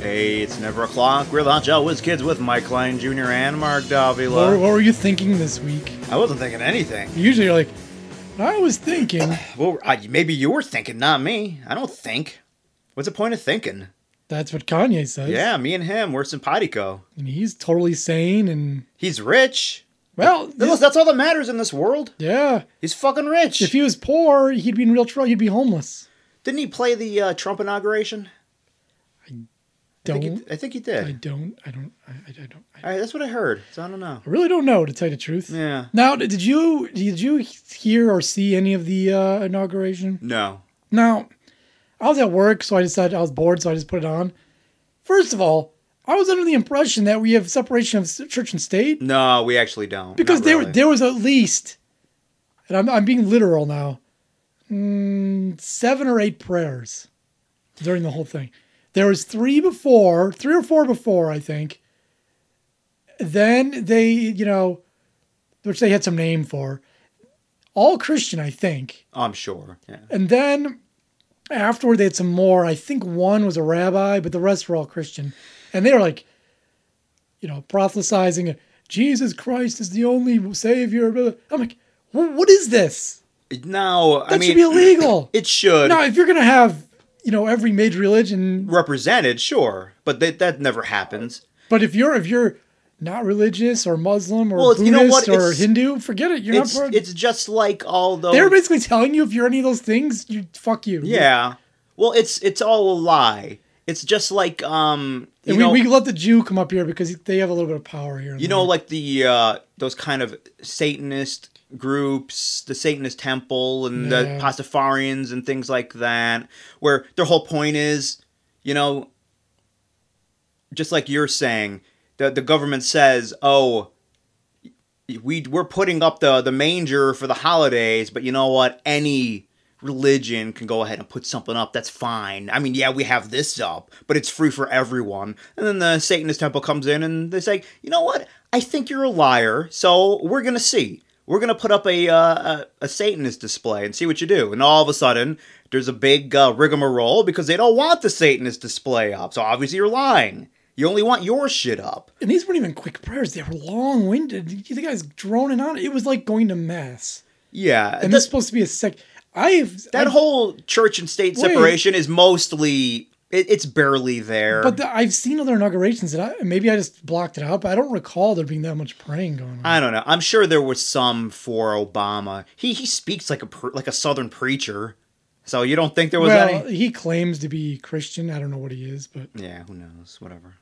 Hey, it's never o'clock. We're the Hot Shot Whiz Kids with Mike Klein Jr. and Mark What, were- Davila. what were you thinking this week? I wasn't thinking anything. Usually you're like, I was thinking. Well, I, maybe you were thinking, not me. I don't think. What's the point of thinking? That's what Kanye says. Yeah, me and him, we're simpatico. And he's totally sane and, He's rich. well, That's, that's all that matters in this world. yeah. He's fucking rich. If he was poor, he'd be in real trouble. He'd be homeless. Didn't he play the uh, Trump inauguration? I Don't. think he, I think he did. I don't. I don't. I, I I don't. I all right, that's what I heard. So I don't know. I really don't know, to tell you the truth. Yeah. Now, did you did you hear or see any of the uh, inauguration? No. Now, I was at work, so I decided I was bored, so I just put it on. First of all, I was under the impression that we have separation of s- church and state No, we actually don't. because Not there really. there was at least, and I'm I'm being literal now, mm, seven or eight prayers during the whole thing. There was three before, three or four before, I think. Then they, you know, which they had some name for, all Christian, I think. I'm sure. Yeah. And then afterward, they had some more. I think one was a rabbi, but the rest were all Christian. And they were like, you know, proselytizing, Jesus Christ is the only Savior. blah, blah. I'm like, "Wh- what is this? No, That I mean, should be illegal. it should. now, if you're going to have, you know, every major religion, represented, sure, but that that never happens. but if you're, if you're, not religious or Muslim or Well, Buddhist you know what? or It's- Hindu. Forget it. You're It's not part. it's just like all those. they were basically telling you if you're any of those things, you fuck you. yeah. Well, it's it's all a lie. It's just like um, you And we, know, we let the Jew come up here because they have a little bit of power here. and you there. know, like the uh, those kind of Satanist groups, the Satanist temple and the Yeah. Pastafarians and things like that, where their whole point is, you know, just like you're saying, the the government says, oh. We we're putting up the the manger for the holidays, but you know what? Any religion can go ahead and put something up. That's fine. I mean, yeah, we have this up, but it's free for everyone. And then the Satanist temple comes in and they say, you know what? I think you're a liar. So we're gonna see. We're gonna put up a uh, a, a Satanist display and see what you do. And all of a sudden, there's a big uh, rigmarole because they don't want the Satanist display up. So obviously, you're lying. You only want your shit up. And these weren't even quick prayers; they were long-winded. The guy's droning on. It was like going to mass, Yeah. and that- this is supposed to be a sec. I've that I- whole church and state Wait. separation is mostly it, it's barely there. but the, I've seen other inaugurations, and I, maybe I just blocked it out. But I don't recall there being that much praying going on. I don't know. I'm sure there was some for Obama. He he speaks like a pr- like a southern preacher, so you don't think there was well, any? he claims to be Christian. I don't know what he is, but Yeah, who knows? Whatever.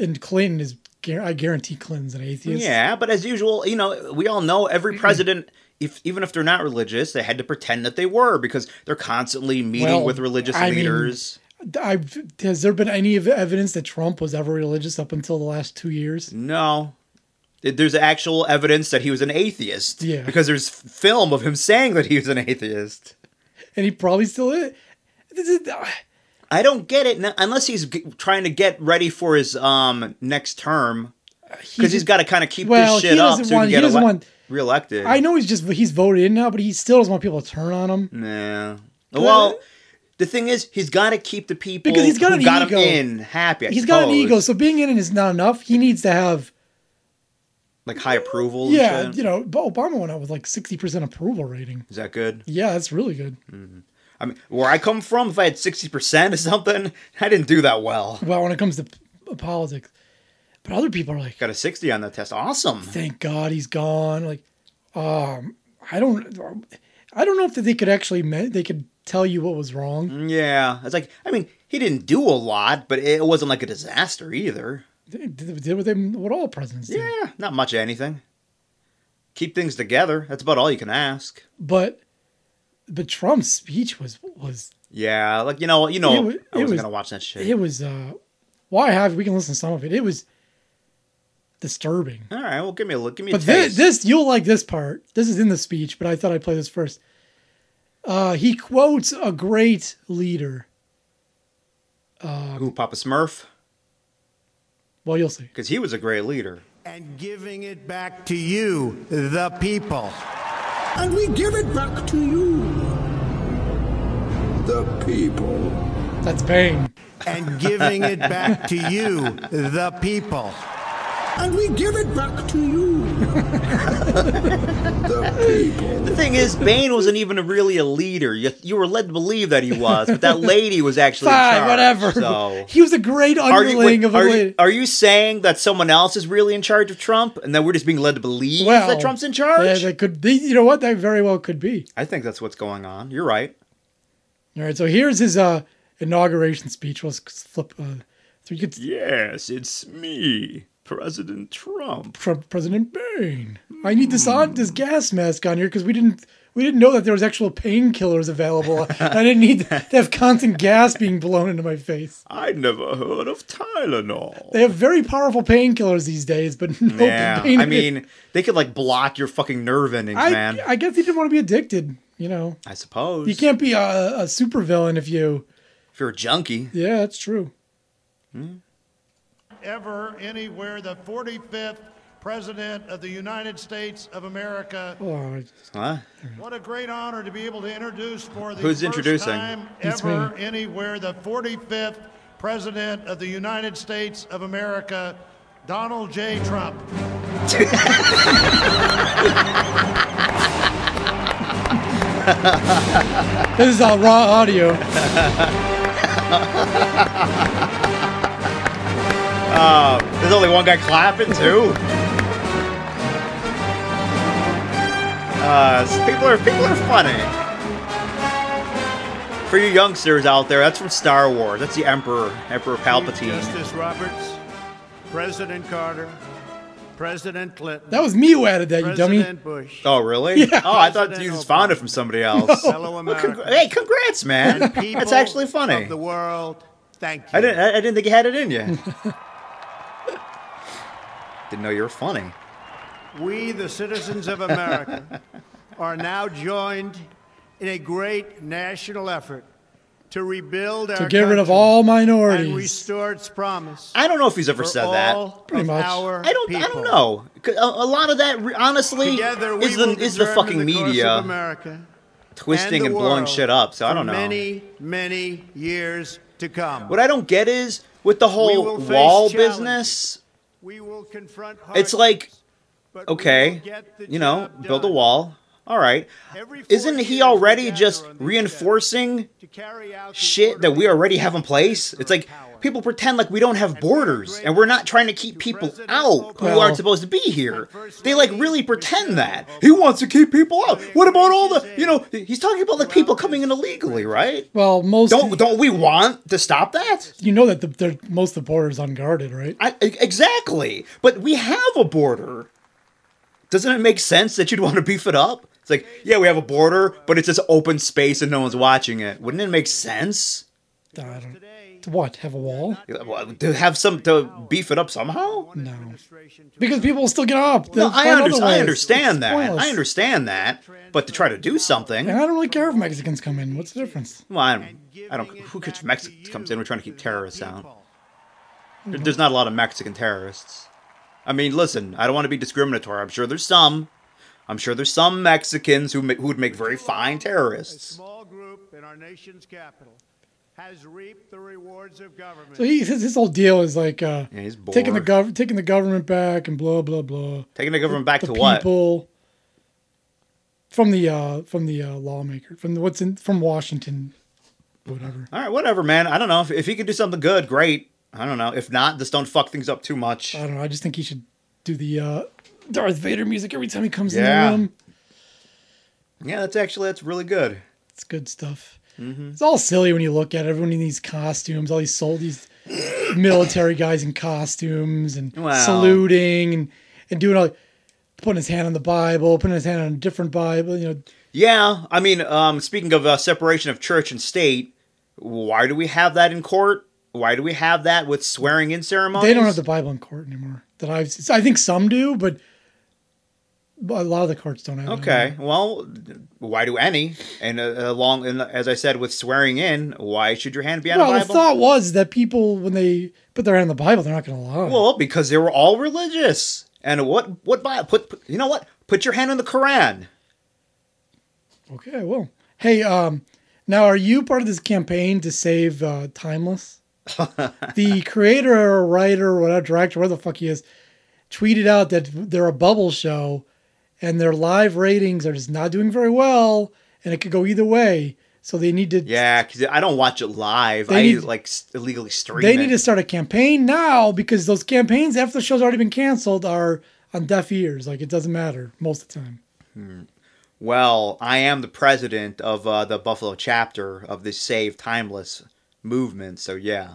and Clinton is. guar- I guarantee Clinton's an atheist. Yeah, but as usual, you know, we all know every president, if even if they're not religious, they had to pretend that they were because they're constantly meeting Well, with religious I mean- leaders. I, has there been any ev- evidence that Trump was ever religious up until the last two years? No. There's actual evidence that he was an atheist. Yeah. Because there's film of him saying that he was an atheist. And he probably still is. This is- ah, I don't get it n- unless he's g- trying to get ready for his um next term because he's got to kind of keep well, this he shit up so doesn't he want- can he get doesn't ele- want- reelected. I know he's just he's voted in now, but he still doesn't want people to turn on him. Nah. Well, the thing is, he's got to keep the people Because he's got who an got ego. him in happy. I He's got an suppose. ego, so being in it is not enough. He needs to have like high approval. yeah, and shit. you know, Bo- Obama went out with like sixty percent approval rating. Is that good? Yeah, that's really good. I mean, where I come from, if I had sixty percent or something, I didn't do that well. Well, when it comes to p- politics, but other people are like, Got a sixty on that test. Awesome. "Thank God he's gone." Like, um, I don't, I don't know if that they could actually me- they could tell you what was wrong. Yeah, it's like I mean, he didn't do a lot, but it wasn't like a disaster either. They did did what, they, what all presidents do. Yeah, not much of anything. Keep things together. That's about all you can ask. But, but Trump's speech was was Yeah, like you know, you know, It I wa- it wasn't was- gonna watch that shit. it was uh why have we can listen to some of it it was disturbing. All right, well, give me a look. Give me a But this, taste. this you'll like this part. This is in the speech, but I thought I'd play this first. Uh, he quotes a great leader. Who, Papa Smurf? Well, you'll see. Because he was a great leader. and giving it back to you, the people. and we give it back to you, the people. That's Bane. And giving it back to you, the people. And we give it back to you, the people. The thing is, Bane wasn't even really a leader. You, you were led to believe that he was, but that lady was actually in Fine, charge, whatever. So. He was a great Are you, underling wait, of a are, leader. you, are you saying that someone else is really in charge of Trump and that we're just being led to believe that Trump's in charge? Yeah, that could be. You know what? That very well could be. I think that's what's going on. You're right. All right. So here's his uh, inauguration speech. We'll s- flip. Uh, so you get Yes, it's me, President Trump. Trump President Bane. I need this on this gas mask on here because we didn't we didn't know that there was actual painkillers available. I didn't need to have constant gas being blown into my face. I'd never heard of Tylenol. They have very powerful painkillers these days, but no Yeah, pain. I mean, they could like block your fucking nerve endings, man. I, I, I guess he didn't want to be addicted. You know, suppose. you can't be a, a supervillain if you. If you're a junkie. Yeah, that's true. ever anywhere the 45th President of the United States of America. Oh, Huh? What a great honor to be able to introduce for the Who's first introducing? time It's ever me. anywhere the 45th President of the United States of America, Donald J. Trump. this is all raw audio. There's only one guy clapping, too. Uh, s- people are people are funny. For you youngsters out there, that's from Star Wars. That's the Emperor, Emperor Palpatine. Justice Roberts, President Carter, President Clinton, That was me who added that, you dummy. Bush, Oh, really? Oh, I thought President you just Obama. found it from somebody else. fellow Well, congr- hey, congrats, man. That's actually funny. world, thank you. I didn't. I, I didn't think you had it in you. didn't know you were funny. We, the citizens of America, are now joined in a great national effort to rebuild our To get rid of country all and minorities. restore its promise. I don't know if he's ever for said all that. Pretty of much. Our I don't. I people. don't know. 'Cause A, a lot of that, re- honestly, Together, we is the will is the determine fucking course of media America twisting the and, blowing world shit up. So I for don't know. Many, many years to come. what I don't get is with the whole will face wall challenges. business. we will confront. It's like, hardships, but we will okay, get the you know, job build a done. wall. All right. Every four Isn't years he we already gather just on these reinforcing to carry out the shit that we order already of have in place. It's like people pretend like we don't have borders and we're not trying to keep people out who Well- aren't supposed to be here. They like really pretend that. He wants to keep people out. What about all the, you know, he's talking about like people coming in illegally, right? Well, most Don't don't we want to stop that? you know that the, they're- most of the border is unguarded, right? I, e- exactly. But we have a border. Doesn't it make sense that you'd want to beef it up? It's like, yeah, we have a border, but it's this open space and no one's watching it. Wouldn't it make sense? I don't. To what? Have a wall? Well, to have some to beef it up somehow? No. Because people will still get up. No, They'll I, find under- other I ways. understand It's that. pointless. I understand that. But to try to do something, And I don't really care if Mexicans come in. What's the difference? well, I don't. I don't who cares? if Mexico comes in. We're trying to keep terrorists out. Mm-hmm. There- There's not a lot of Mexican terrorists. I mean, listen. I don't want to be discriminatory. I'm sure there's some. I'm sure there's some Mexicans who ma- who would make very fine terrorists. small group in our nation's capital has reaped the rewards of government. So he, his, his whole deal is like uh, Yeah, he's bored. taking the gov- taking the government back and blah blah blah. Taking the government back the to what? people from the uh, from the uh, lawmaker from the, what's in from Washington, whatever. All right, whatever, man. I don't know if if he could do something good, great. I don't know. If not, just don't fuck things up too much. I don't know. I just think he should do the uh, Darth Vader music every time he comes Yeah. in the room. Yeah, that's actually that's really good. It's good stuff. Mm-hmm. It's all silly when you look at it. everyone in these costumes, all these sold these military guys in costumes and Wow. saluting and, and doing all putting his hand on the Bible, putting his hand on a different Bible, you know. Yeah, I mean, um, speaking of uh, separation of church and state, why do we have that in court? Why do we have that with swearing in ceremonies? They don't have the Bible in court anymore. that I've. s- I think some do, but but a lot of the carts don't have. it Okay. Well, why do any? And uh, along, and as I said, with swearing in, why should your hand be on Well, a the Bible? thought was that people, when they put their hand in the Bible, they're not going to lie. Well, because they were all religious. And what what Bible? Put, put you know what? Put your hand on the Quran. okay, I will. Hey, um, now are you part of this campaign to save uh, Timeless? the creator or writer or whatever director, whatever the fuck he is, tweeted out that they're a bubble show, and their live ratings are just not doing very well, and it could go either way. So they need to Yeah, because I don't watch it live. They I need- like s- illegally stream. They it. need to start a campaign now because those campaigns after the show's already been canceled are on deaf ears. Like it doesn't matter most of the time. Well, I am the president of uh, the Buffalo chapter of the Save Timeless movement. So yeah,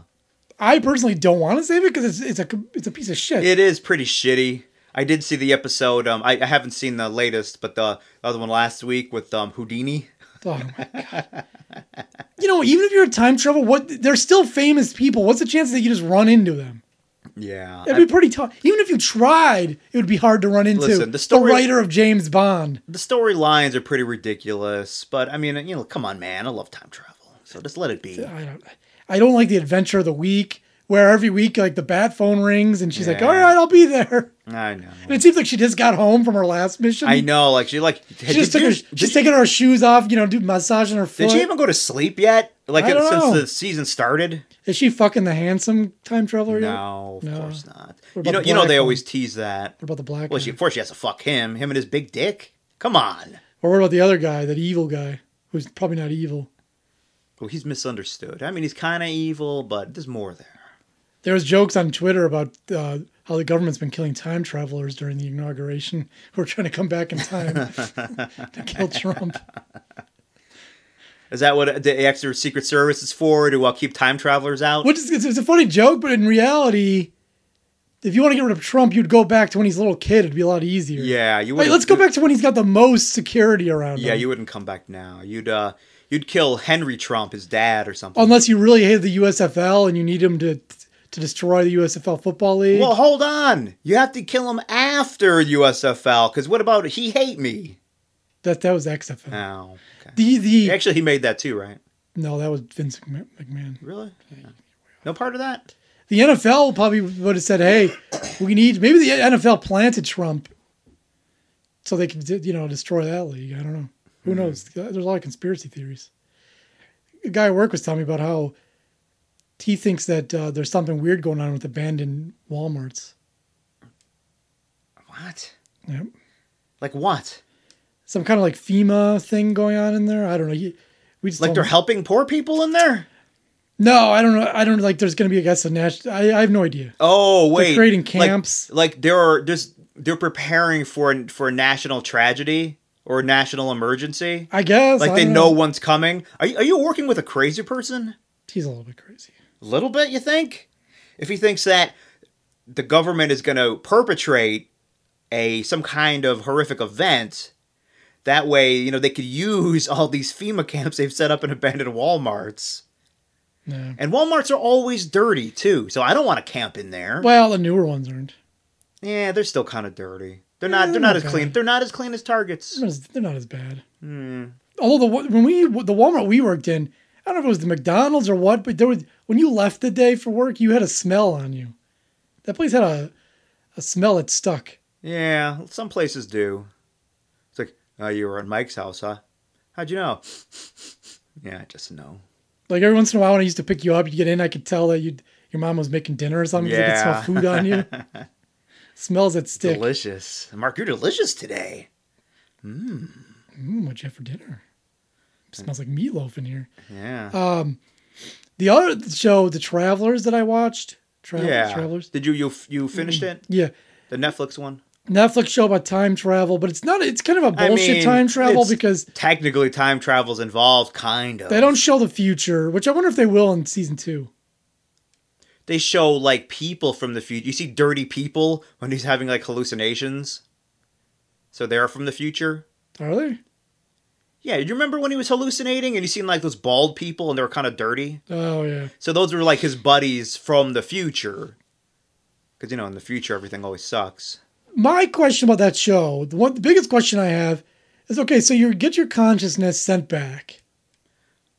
I personally don't want to save it because it's it's a it's a piece of shit. it is pretty shitty. I did see the episode. Um, I, I haven't seen the latest, but the other one last week with um Houdini. oh my god. You know, even if you're in time travel, what they're still famous people. What's the chance that you just run into them? Yeah, That'd be pretty tough. Even if you tried, it would be hard to run into Listen, the story- writer of James Bond. the storylines are pretty ridiculous. But I mean, you know, come on, man. I love time travel, so just let it be. I don't I don't like the adventure of the week where every week like the bat phone rings and she's like, Yeah. All right, I'll be there. I know. And it seems like she just got home from her last mission. I know. Like she like She did just took her, you- she's did you- taking her shoes off, you know, do massaging her foot. Did she even go to sleep yet? Like I don't since know. the season started? Is she fucking the handsome time traveler yet? No, of No. course not. What You know, about the you know black they one? always tease that. What about the black Well, guy? she, of course she has to fuck him. Him and his big dick. Come on. Or what about the other guy, that evil guy, who's probably not evil? Well, Oh, he's misunderstood. I mean, he's kind of evil, but there's more there. There was jokes on Twitter about uh, how the government's been killing time travelers during the inauguration who are trying to come back in time to kill Trump. Is that what the extra Secret Service is for? To uh, keep time travelers out? Which is it's, it's a funny joke, but in reality, if you want to get rid of Trump, you'd go back to when he's a little kid. It'd be a lot easier. Yeah, you. Wait, wouldn't- let's go back to when he's got the most security around him. Yeah, you wouldn't come back now. You'd uh, you'd kill Henry Trump, his dad, or something. unless you really hate the USFL and you need him to to destroy the USFL football league. well, hold on. You have to kill him after USFL. Because what about he hate me? that that was XFL. Oh, okay. The the Actually, he made that too, right? no, that was Vince McMahon- McMahon. Really? Yeah. No part of that? The NFL probably would have said, "Hey, we need maybe the NFL planted Trump, so they could you know destroy that league." I don't know. Who Hmm. knows? There's a lot of conspiracy theories. A guy at work was telling me about how he thinks that uh, there's something weird going on with abandoned WalMarts. What? Yep. Like what? Some kind of like FEMA thing going on in there. I don't know. He- We just Like told they're him- helping poor people in there? No, I don't know. I don't like. There's going to be, I guess, a national. I, I have no idea. Oh wait, creating Like- camps. Like, there are just they're preparing for an- for a national tragedy or a national emergency. I guess Like I they don't know one's coming. Are you, are you working with a crazy person? He's a little bit crazy. A little bit, you think? If he thinks that the government is going to perpetrate a some kind of horrific event, that way, you know, they could use all these FEMA camps they've set up in abandoned WalMarts. No. And Walmarts are always dirty too, so I don't want to camp in there. Well, the newer ones aren't. Yeah, they're still kind of dirty. They're Yeah, not. They're not as Mm, okay. clean. They're not as clean as Targets. Hmm, They're not as, they're not as bad. Although the wa- when we the Walmart we worked in, I don't know if it was the McDonald's or what, but there was when you left the day for work, you had a smell on you. That place had a a smell that stuck. Yeah, some places do. It's like, oh, you were at Mike's house, huh? How'd you know? yeah, I just know. Like every once in a while, when I used to pick you up, you get in, I could tell that you your mom was making dinner or something. 'cause I Yeah. could smell food on you. Smells that stick. Delicious, Mark. You're delicious today. Mm, what'd you have for dinner? smells like meatloaf in here. Um, Yeah. Oh, The other show, The Travelers, that I watched. Tra- yeah. Travelers. Did you you you finished it? Yeah. The Netflix one. Netflix show about time travel, but it's not. It's kind of a I bullshit mean, time travel it's- because Technically, time travel's involved, kind of. they don't show the future, which I wonder if they will in season two. They show like people from the future. You see dirty people when he's having like hallucinations. So they're from the future. Are they? Yeah, you remember when he was hallucinating and you seen like those bald people and they were kind of dirty? Oh yeah. So those were like his buddies from the future. because you know in the future everything always sucks. my question about that show, the one the biggest question I have is okay, so you get your consciousness sent back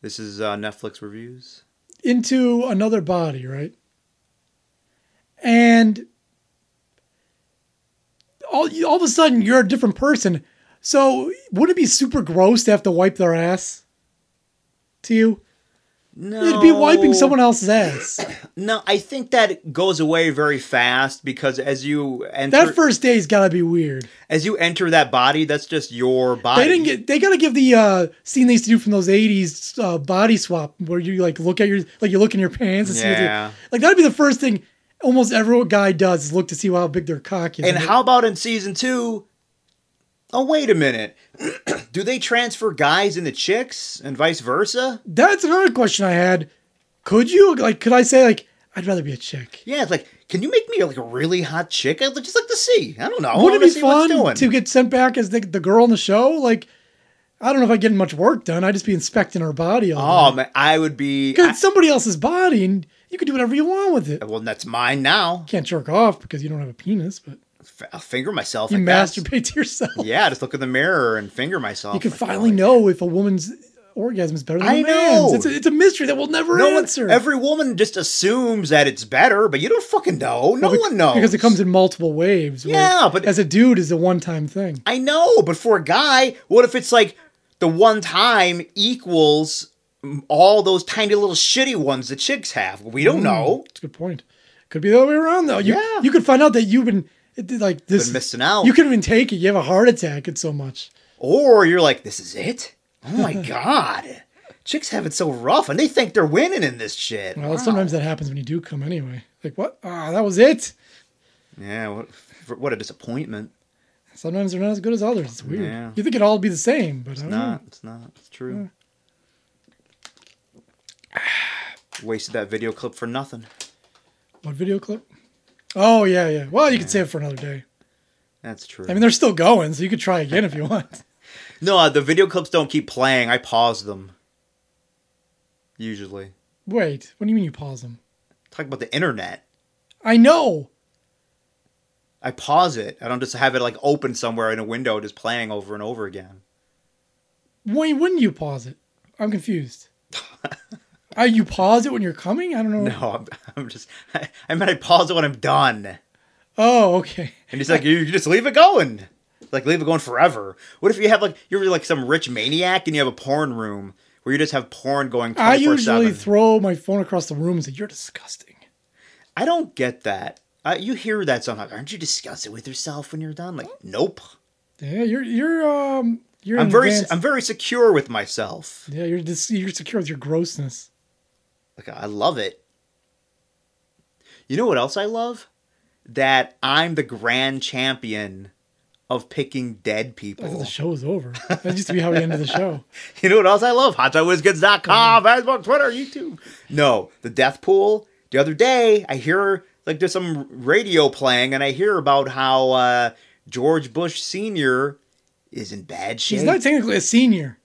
This is uh, Netflix reviews. into another body, right? And all all of a sudden you're a different person. So would it be super gross to have to wipe their ass to you? No, It'd be wiping someone else's ass. No, I think that goes away very fast because as you enter, That first day's gotta be weird. as you enter that body, that's just your body. They didn't get. They gotta give the uh, scene they used to do from those '80s uh, body swap, where you like look at your like you look in your pants and see. What Yeah. they- like that'd be the first thing almost every guy does is look to see how big their cock is. And how about in season two? Oh wait a minute, do they transfer guys into chicks and vice versa? that's another question I had. Could you like? Could I say like? I'd rather be a chick. Yeah, it's like, can you make me like a really hot chick? I'd just like to see. I don't know. Wouldn't I wanna it be see what's fun doing. to get sent back as the, the girl in the show? Like, I don't know if I get much work done. I'd just be inspecting her body. All Oh man, I would be. because it's somebody else's body, and you can do whatever you want with it. I- well, that's mine now. Can't jerk off because you don't have a penis, but F- I'll finger myself. you I guess. masturbate to yourself. Yeah, just look in the mirror and finger myself. You can Like, finally oh, know if a woman's orgasm is better than a I man's. know. It's a, it's a mystery that we'll never No one, answer. every woman just assumes that it's better, but you don't fucking know. No Well, be- one knows because it comes in multiple waves. where Yeah, but- as a dude, is a one-time thing. I know, but for a guy, what if it's like the one time equals all those tiny little shitty ones the chicks have? We Mm. don't know. It's a good point. Could be the other way around though. You, Yeah. you could find out that you've been it did, like this Been missing out. You couldn't even take it. You have a heart attack. It's so much. Or you're like, this is it? Oh my god. Chicks have it so rough and they think they're winning in this shit. Well, sometimes that happens when you do come anyway. Like what? Ah, that was it. Yeah, what, for- what a disappointment. Sometimes they're not as good as others. It's weird. Yeah. You think it'd all be the same, but I don't know. Not, it's not. It's true. Mm. Wasted that video clip for nothing. What video clip? Oh yeah, yeah. Well, you could save it for another day. That's true. I mean, they're still going, so you could try again if you want. no, uh, the video clips don't keep playing. I pause them. Usually. Wait, what do you mean you pause them? Talk about the internet. I know. I pause it. I don't just have it like open somewhere in a window just playing over and over again. Why wouldn't you pause it? I'm confused. uh, you pause it when you're coming? I don't know. No, I'm, I'm just. I, I meant I pause it when I'm done. Oh, okay. And he's like, you, you just leave it going. Like, leave it going forever. What if you have, like, you're like some rich maniac and you have a porn room where you just have porn going 24 I usually 7? throw my phone across the room and say, You're disgusting. I don't get that. I, you hear that sometimes. Aren't you disgusted with yourself when you're done? Like, nope. Yeah, you're you're um you're I'm an very, advanced- I'm very secure with myself. yeah, you're dis- you're secure with your grossness. Like, I love it. You know what else I love? That I'm the grand champion of picking dead I thought people. the show was over. That used to be how we ended the show. You know what else I love? HotShotWizKids.com, Mm-hmm. Facebook, Twitter, YouTube. No, the death pool. The other day, I hear like there's some radio playing, and I hear about how uh, George Bush Senior is in bad shape. He's not technically a senior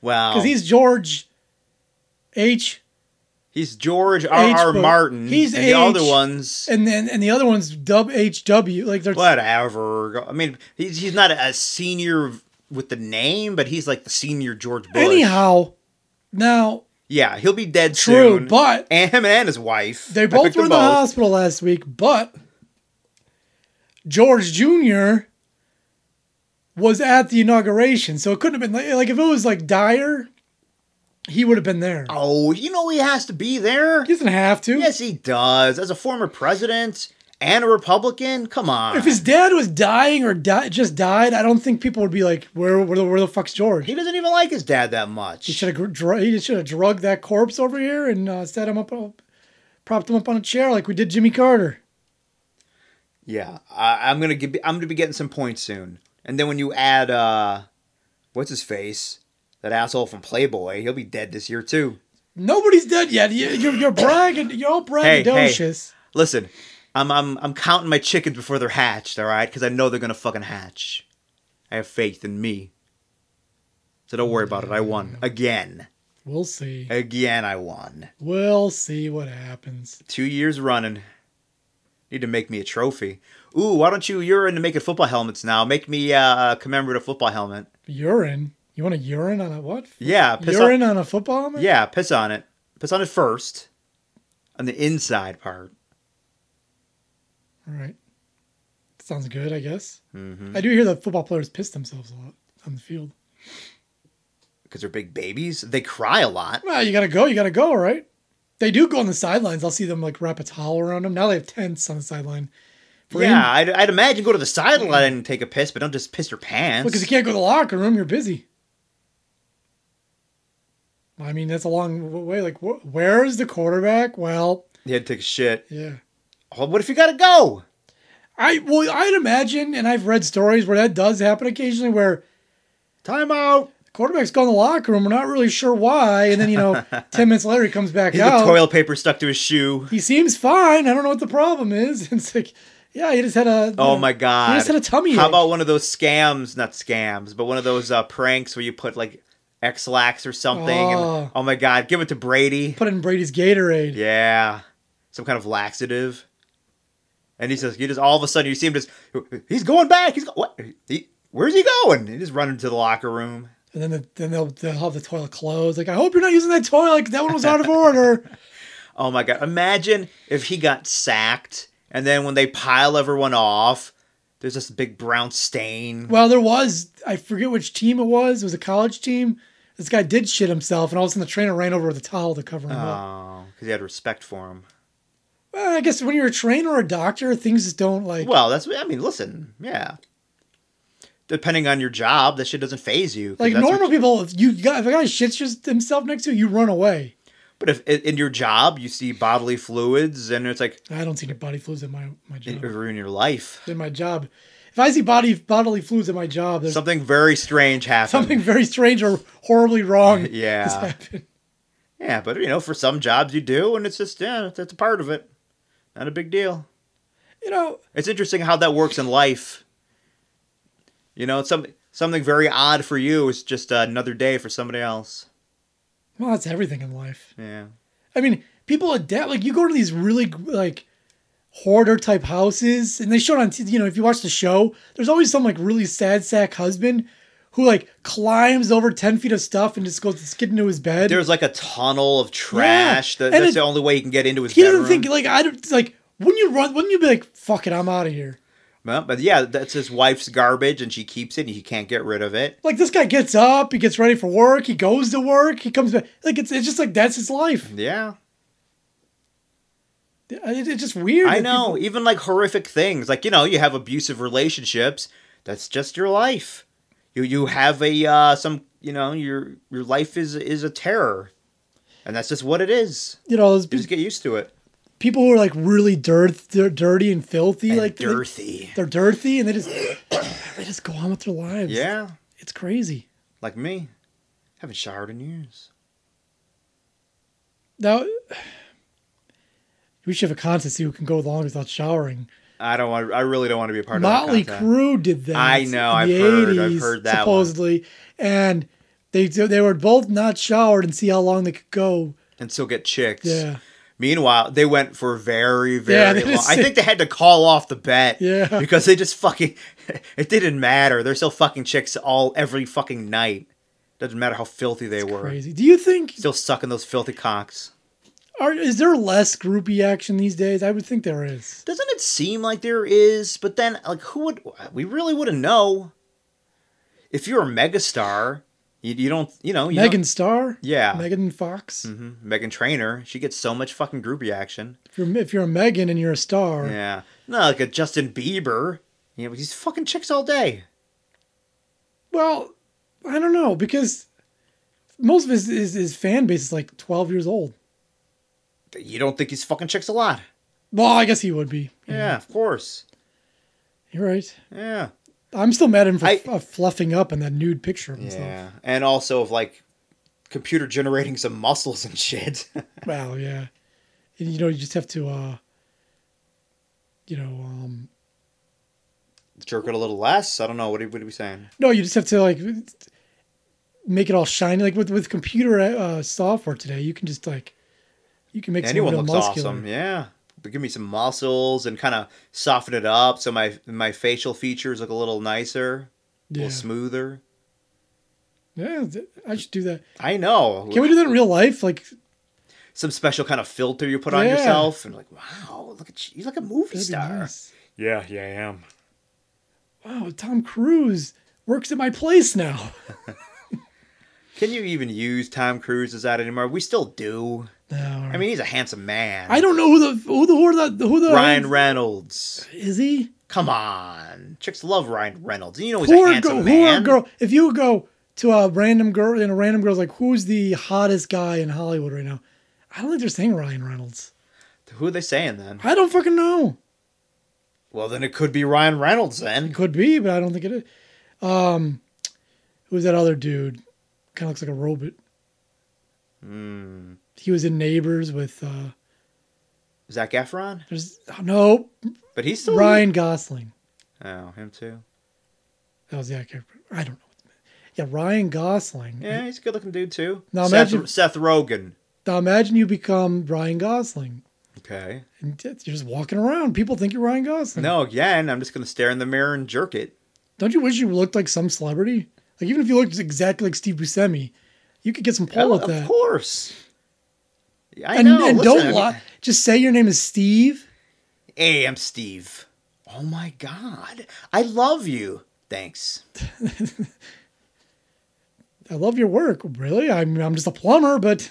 wow, because he's George H. he's George R. R. Bush. Martin. He's and the other H. ones. and then and the other one's Dub H W. Like they're Whatever. I mean, he's he's not a senior with the name, but he's like the senior George Bush. anyhow. Now yeah, he'll be dead True, soon. but- and him and his wife. I They both picked were in them the hospital last week, but George Jr. was at the inauguration, so it couldn't have been like, like if it was like Dyer, he would have been there. Oh, you know he has to be there. He doesn't have to. Yes, he does. As a former president and a Republican, come on. If his dad was dying or di- just died, I don't think people would be like, "Where, where, the, where the fuck's George?" he doesn't even like his dad that much. He should have dr- he should have drugged that corpse over here and uh, set him up, uh, propped him up on a chair like we did Jimmy Carter. yeah, I, I'm gonna give. I'm gonna be getting some points soon. And then when you add, uh what's his face, that asshole from Playboy, he'll be dead this year too. Nobody's dead yet. You, you're, you're bragging. You're all Hey, hey. braggadocious. Listen, I'm I'm I'm counting my chickens before they're hatched. All right, because I know they're gonna fucking hatch. I have faith in me. So don't worry about it. I won again. We'll see. Again, I won. We'll see what happens. Two years running. Need to make me a trophy. Ooh, why don't you? You're into making football helmets now. Make me uh, a commemorative football helmet. Urine. You want a urine on a what? Yeah, piss urine on. on a football helmet? Yeah, piss on it. Piss on it first, on the inside part. All right. Sounds good, I guess. Mm-hmm. I do hear that football players piss themselves a lot on the field. because they're big babies. They cry a lot. Well, you gotta go. You gotta go, right? They do go on the sidelines. I'll see them like wrap a towel around them. Now they have tents on the sideline. For in- Yeah, I'd, I'd imagine go to the sideline and take a piss, but don't just piss your pants. Well, because you can't go to the locker room, you're busy. I mean, that's a long w- way. Like, wh- where is the quarterback? Well, you had to take a shit. yeah. Oh, what if you gotta go? I well, I'd imagine, and I've read stories where that does happen occasionally, where Timeout. the quarterback's gone to the locker room. We're not really sure why, and then you know, ten minutes later he comes back He's out. got toilet paper stuck to his shoe. He seems fine. I don't know what the problem is. It's like, yeah, he just had a. Oh my god! He just had a tummy. How ache. about one of those scams? Not scams, but one of those uh, pranks where you put like X lax or something. and- Oh. oh my god! Give it to Brady. put in Brady's Gatorade? Yeah, some kind of laxative. And he says, you just all of a sudden you see him just, he's going back. He's go- what? He, where's he going? He just running to the locker room. And then the, then they'll, they'll have the toilet closed. Like, I hope you're not using that toilet. Like, that one was out of order. Oh my god! Imagine if he got sacked, and then when they pile everyone off, there's this big brown stain. Well, there was, I forget which team it was. It was a college team. This guy did shit himself, and all of a sudden the trainer ran over with a towel to cover him up. Oh, because he had respect for him. Well, I guess when you're a trainer or a doctor, things just don't like. Well, that's. I mean, listen, yeah. Depending on your job, that shit doesn't phase you. 'cause like that's what- normal people, if you got if a guy shits just himself next to you, you run away. But if in in your job you see bodily fluids, and it's like I don't see any body fluids in my my it job. would ruin your life. In my job, if I see body bodily fluids in my job, there's Something very strange happened. something very strange or horribly wrong. Yeah. has happened. Yeah, but you know, for some jobs you do, and it's just yeah, that's a part of it. Not a big deal. You know, It's interesting how that works in life. You know, it's some something very odd for you is just another day for somebody else. well, that's everything in life. Yeah. I mean, people adapt. Like you go to these really like hoarder type houses, and they show it on. T- you know, if you watch the show, there's always some like really sad sack husband who like climbs over ten feet of stuff and just goes skid into his bed. There's like a tunnel of trash. Yeah, That, and that's it- the only way you can get into his he bedroom. doesn't think like I don't it's like. Wouldn't you run? Wouldn't you be like, "Fuck it, I'm out of here"? Well, but yeah, that's his wife's garbage, and she keeps it, and he can't get rid of it. Like this guy gets up, he gets ready for work, he goes to work, he comes back. Like it's it's just like that's his life. Yeah, It- it's just weird. I that know. people- Even like horrific things, like you know, you have abusive relationships. That's just your life. You you have a uh, some you know your your life is is a terror, and that's just what it is. you know, those You just get used to it. people who are like really dirt, they're dirty and filthy, And like they- dirty. They're dirty and they just they just go on with their lives. yeah, it's crazy. like me. Haven't showered in years. Now we should have a contest see who can go long without showering. I don't want. I really don't want to be a part Motley of that. content. Crue did that. I know, in the I've heard- I've 80s, heard that one. supposedly, and they they were both not showered and see how long they could go. and still get chicks. Yeah. Meanwhile, they went for very, Yeah, very they long. just I sit- think they had to call off the bet. Yeah. Because they just fucking, it didn't matter. They're still fucking chicks all every fucking night. Doesn't matter how filthy they were. Crazy. Do you think Still sucking those filthy cocks. are is there less groupie action these days? I would think there is. Doesn't it seem like there is? But then, like, who would we really wouldn't know? If you're a megastar, you, you don't, you know, you Megan don't- Starr, Yeah. Megan Fox. Mhm. Megan Trainer, she gets so much fucking groupie action. If you're if you're a Megan and you're a star, Yeah. Not like a Justin Bieber. You know, he's fucking chicks all day. Well, I don't know because most of his, his his fan base is like twelve years old. You don't think he's fucking chicks a lot. Well, I guess he would be. Yeah, Mm-hmm. of course. You're right. Yeah. I'm still mad at him for I- uh, fluffing up in that nude picture of himself. Yeah. And also of like computer generating some muscles and shit. Well, yeah. And, you know, you just have to, uh you know, um Jerk it a little less. I don't know. What are, what are we saying? no, you just have to like make it all shiny. Like with with computer uh, software today, you can just like you can make Anyone someone looks real muscular. awesome. Yeah. give me some muscles and kind of soften it up so my my facial features look a little nicer, a Yeah. little smoother. Yeah, th- I should do that. I know. Can we do that in real life? Like, some special kind of filter you put on Yeah. yourself and like, wow, look at you, you like a movie that'd be star. nice. Yeah, yeah, I am. Wow, Oh, Tom Cruise works at my place now. Can you even use Tom Cruise as that anymore? We still do. No, I mean, he's a handsome man. I don't know who the who the who the who the Ryan Reynolds. is he? Come on, chicks love Ryan Reynolds. You know he's a Poor handsome girl, poor man. girl. If you go to a random girl and a random girl's like, who's the hottest guy in Hollywood right now? I don't think they're saying Ryan Reynolds. Who are they saying then? I don't fucking know. Well, then it could be Ryan Reynolds then. Could be, but I don't think it is. Um, who's that other dude? Kind of looks like a robot. Hmm. He was in Neighbors with uh, Zach Efron, there's oh, no but he's still Ryan Gosling. Oh, him too. That was the actor. I don't know. Yeah, Ryan Gosling. Yeah, he's a good-looking dude too. Now Seth, imagine- Seth Rogen. Now imagine you become Ryan Gosling Okay. and you're just walking around. People think you're Ryan Gosling. No, again, I'm just gonna stare in the mirror and jerk it. Don't you wish you looked like some celebrity? Like even if you looked exactly like Steve Buscemi, you could get some pull Oh, with Of that. course. Yeah, I And, know. and listen, I don't mean- lie. Just say your name is Steve. Hey, I'm Steve. Oh my God. I love you. Thanks. I love your work. Really? I'm I'm just a plumber, but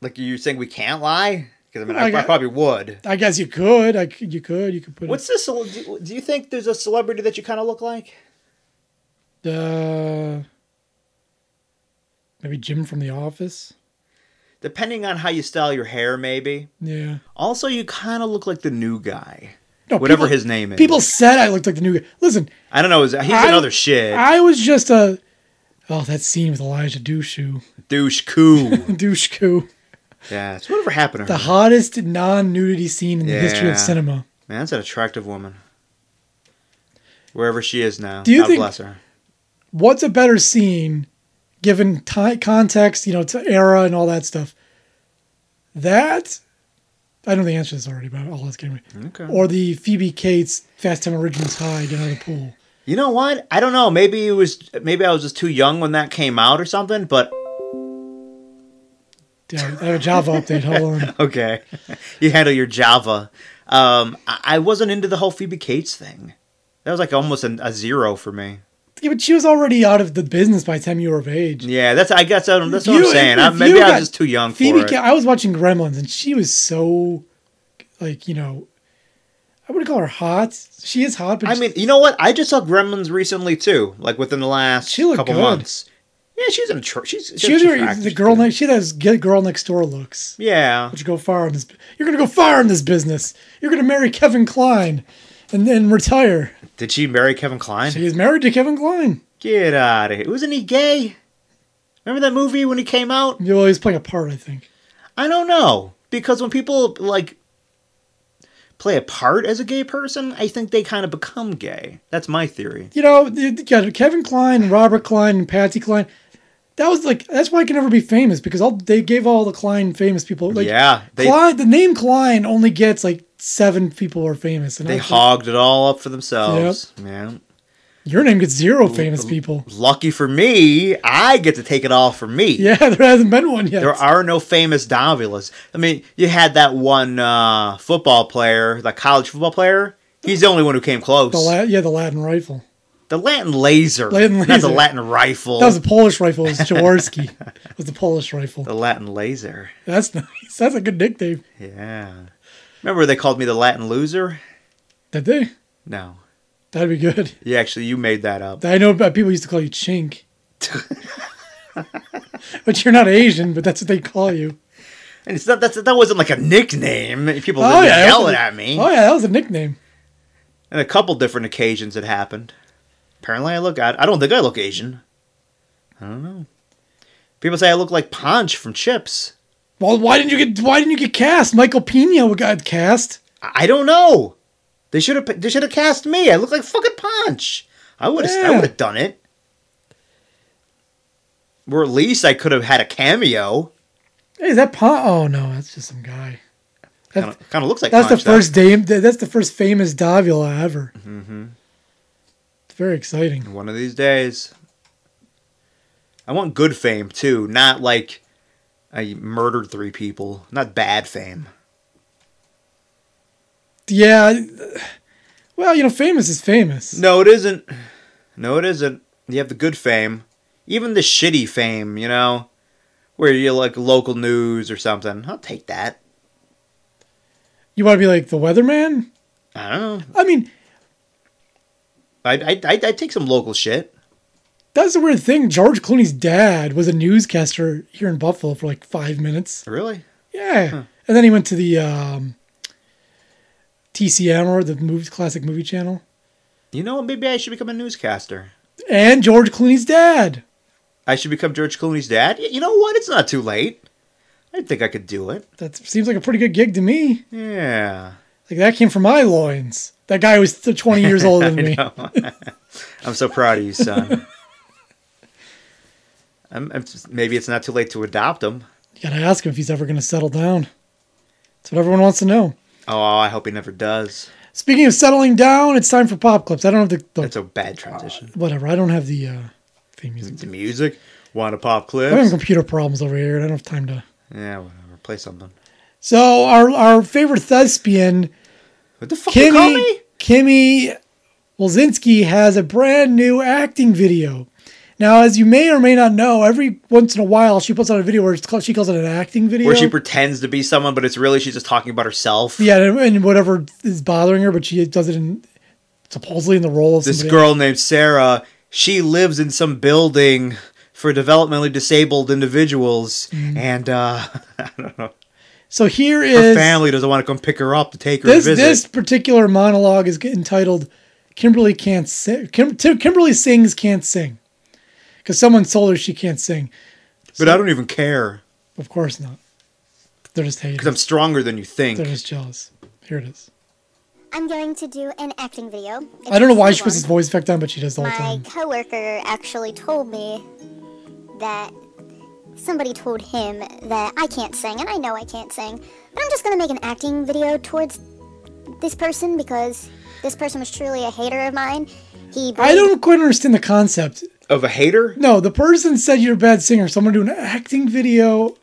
Like you're saying we can't lie? Because I mean, I, I I got- probably would. I guess you could. I could, you could you could put What's this? Do do you think there's a celebrity that you kind of look like? it, uh, maybe Jim from The Office. Depending on how you style your hair, maybe. Yeah. Also, you kind of look like the new guy. No, Whatever people- his name is. People said I looked like the new guy. Listen, I don't know. He's I- another shit. I was just a oh that scene with Elijah Dushu Douche coo. Dushku, yes. Whatever happened to the her? hottest non-nudity scene in the history Uh-huh. Yeah. of cinema. Man, that's an attractive woman. Wherever she is now. Do you God think- bless her. What's a better scene, given ti context, you know, to era and all that stuff? That I know the answer to this already, but I'll ask anyway. Okay. Or the Phoebe Cates Fast Time Origins High get out of the pool. You know what? I don't know. Maybe it was maybe I was just too young when that came out or something, but Yeah, I have a Java update. Hold on. okay. you handle your Java. Um I, I wasn't into the whole Phoebe Cates thing. That was like almost an, a zero for me. Yeah, but she was already out of the business by the time you were of age. Yeah, that's I guess I don't, that's what You- I'm saying. if I, maybe you I got- was just too young Phoebe for Ca- it. I was watching Gremlins and she was so, like, you know, I wouldn't call her hot. She is hot, but I she- mean, you know what? I just saw Gremlins recently too, like within the last She looked couple good. months. Yeah, she's an attra- she's, she was very- attractive. the girl next. She has good girl next door looks. Yeah. But you go far in this. You're gonna go far in this business. You're gonna marry Kevin Klein, and then retire. Did she marry Kevin Klein? She is married to Kevin Klein. Get out of here. Wasn't he gay? Remember that movie when he came out? You know, he's playing a part, I think. I don't know because when people like play a part as a gay person, I think they kind of become gay. That's my theory. You know, the- the- yeah, Kevin Klein, Robert Klein, and Patsy Klein. That was like that's why I can never be famous because all they gave all the Klein famous people like yeah, they Klein, the name Klein only gets like seven people are famous. And they I'm like, hogged it all up for themselves. Yeah. Your name gets zero famous people. Lucky for me, I get to take it all for me. Yeah, there hasn't been one yet. There are no famous Davilas. I mean, you had that one uh, football player, the college football player. He's the only one who came close. the La- yeah, the Latin rifle. The Latin laser, Latin not the laser. Latin rifle. That was a Polish rifle. It was Jaworski. it was the Polish rifle. the Latin laser. That's nice. That's a good nickname. Yeah. Remember they called me the Latin loser? Did they? No. That'd be good. Yeah, actually, you made that up. I know about people used to call you Chink. but you're not Asian, but that's what they call you. And it's not that's that wasn't like a nickname. People Oh didn't yeah, that yell was it a- at me. Oh yeah, that was a nickname. And a couple different occasions it happened. Apparently, I look. I, I don't think I look Asian. I don't know. People say I look like Ponch from Chips. Well, why didn't you get why didn't you get cast? Michael Pena got cast. I, I don't know. They should have. They should have cast me. I look like fucking Ponch. I would have. I Yeah. would have done it. Or at least I could have had a cameo. Hey, is that Pon? Oh no, that's just some guy. Kind of kind of looks like That's the punch, that. first dame. That's the first famous Davila ever. Mm-hmm. It's very exciting. One of these days. I want good fame too, not like I murdered three people. Not bad fame. Yeah. I- Well, you know, famous is famous. No, it isn't. No, it isn't. You have the good fame, even the shitty fame, you know, where you like local news or something. I'll take that. You want to be like the weatherman? I don't know. I mean, I I I I'd take some local shit. that's a weird thing. George Clooney's dad was a newscaster here in Buffalo for like five minutes. Really? Yeah. And then he went to the um, TCM or the movie, classic movie channel. You know, maybe I should become a newscaster. And George Clooney's dad. I should become George Clooney's dad. Y- You know what? It's not too late. I think I could do it. That seems like a pretty good gig to me. Yeah. Like, that came from my loins. That guy was 20 years older than me. I'm so proud of you, son. I'm, I'm just- maybe it's not too late to adopt him. You gotta ask him if he's ever gonna settle down. That's what everyone wants to know. Oh, I hope he never does. Speaking of settling down, it's time for pop clips. I don't have the, the That's a bad transition. whatever. I don't have the uh, theme music. The music, want to pop I'm having clips? computer problems over here. and I don't have time to. Yeah, whatever. Play something. So our our favorite thespian, What the fuck you call Kimmy me? Kimmy Wilzinski, has a brand new acting video. Now, as you may or may not know, every once in a while she puts out a video where it's called, she calls it an acting video. Where she pretends to be someone, but it's really she's just talking about herself. yeah, and, and whatever is bothering her, but she does it in supposedly in the role of This somebody girl named Sarah, she lives in some building for developmentally disabled individuals, Mm. and uh, So here her is family doesn't want to come pick her up to take her this to visit. this particular monologue is entitled "Kimberly Can't Sing." Kim, Tim- Kimberly sings can't sing because someone told her she can't sing. but I don't even care Of course not. They're just haters. because I'm stronger than you They're think. just jealous. Here it is. I'm going to do an acting video. It's I don't know why she a puts this long- voice effect on, but she does the whole My time. coworker actually told me that somebody told him that I can't sing, and I know I can't sing. But I'm just gonna make an acting video towards this person because this person was truly a hater of mine. He I don't quite understand the concept. Of a hater? No, the person said you're a bad singer. Someone doing an acting video.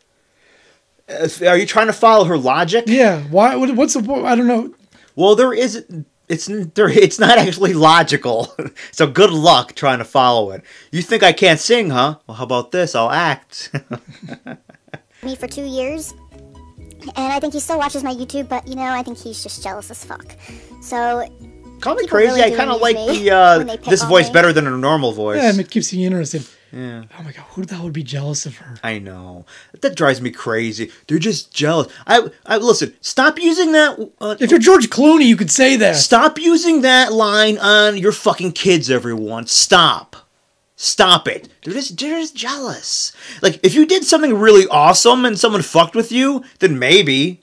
Uh, Are you trying to follow her logic? Yeah. Why? What, what's the? po- I don't know. Well, there is it's there it's not actually logical. so good luck trying to follow it. You think I can't sing, huh? Well, how about this? I'll act. me for two years, and I think he still watches my YouTube. But you know, I think he's just jealous as fuck. So Call me People crazy. really I do kind of use like me the uh, when they pick this on voice me. better than her normal voice. Yeah, it keeps you interested. Yeah. Oh my god, who the hell would be jealous of her? I know that drives me crazy. They're just jealous. I, I listen. Stop using that. Uh, If you're George Clooney, you could say that. stop using that line on your fucking kids, everyone. Stop. Stop it. They're just they're just jealous. Like if you did something really awesome and someone fucked with you, then maybe.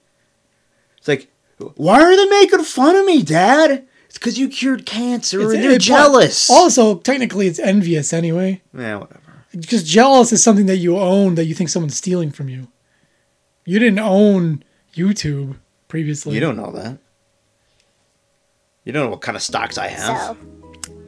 It's like, why are they making fun of me, Dad? It's because you cured cancer It's- and they're it- jealous. Also, technically, it's envious anyway. yeah, whatever. Because jealous is something that you own that you think someone's stealing from you. You didn't own YouTube previously. You don't know that. You don't know what kind of stocks I have. so,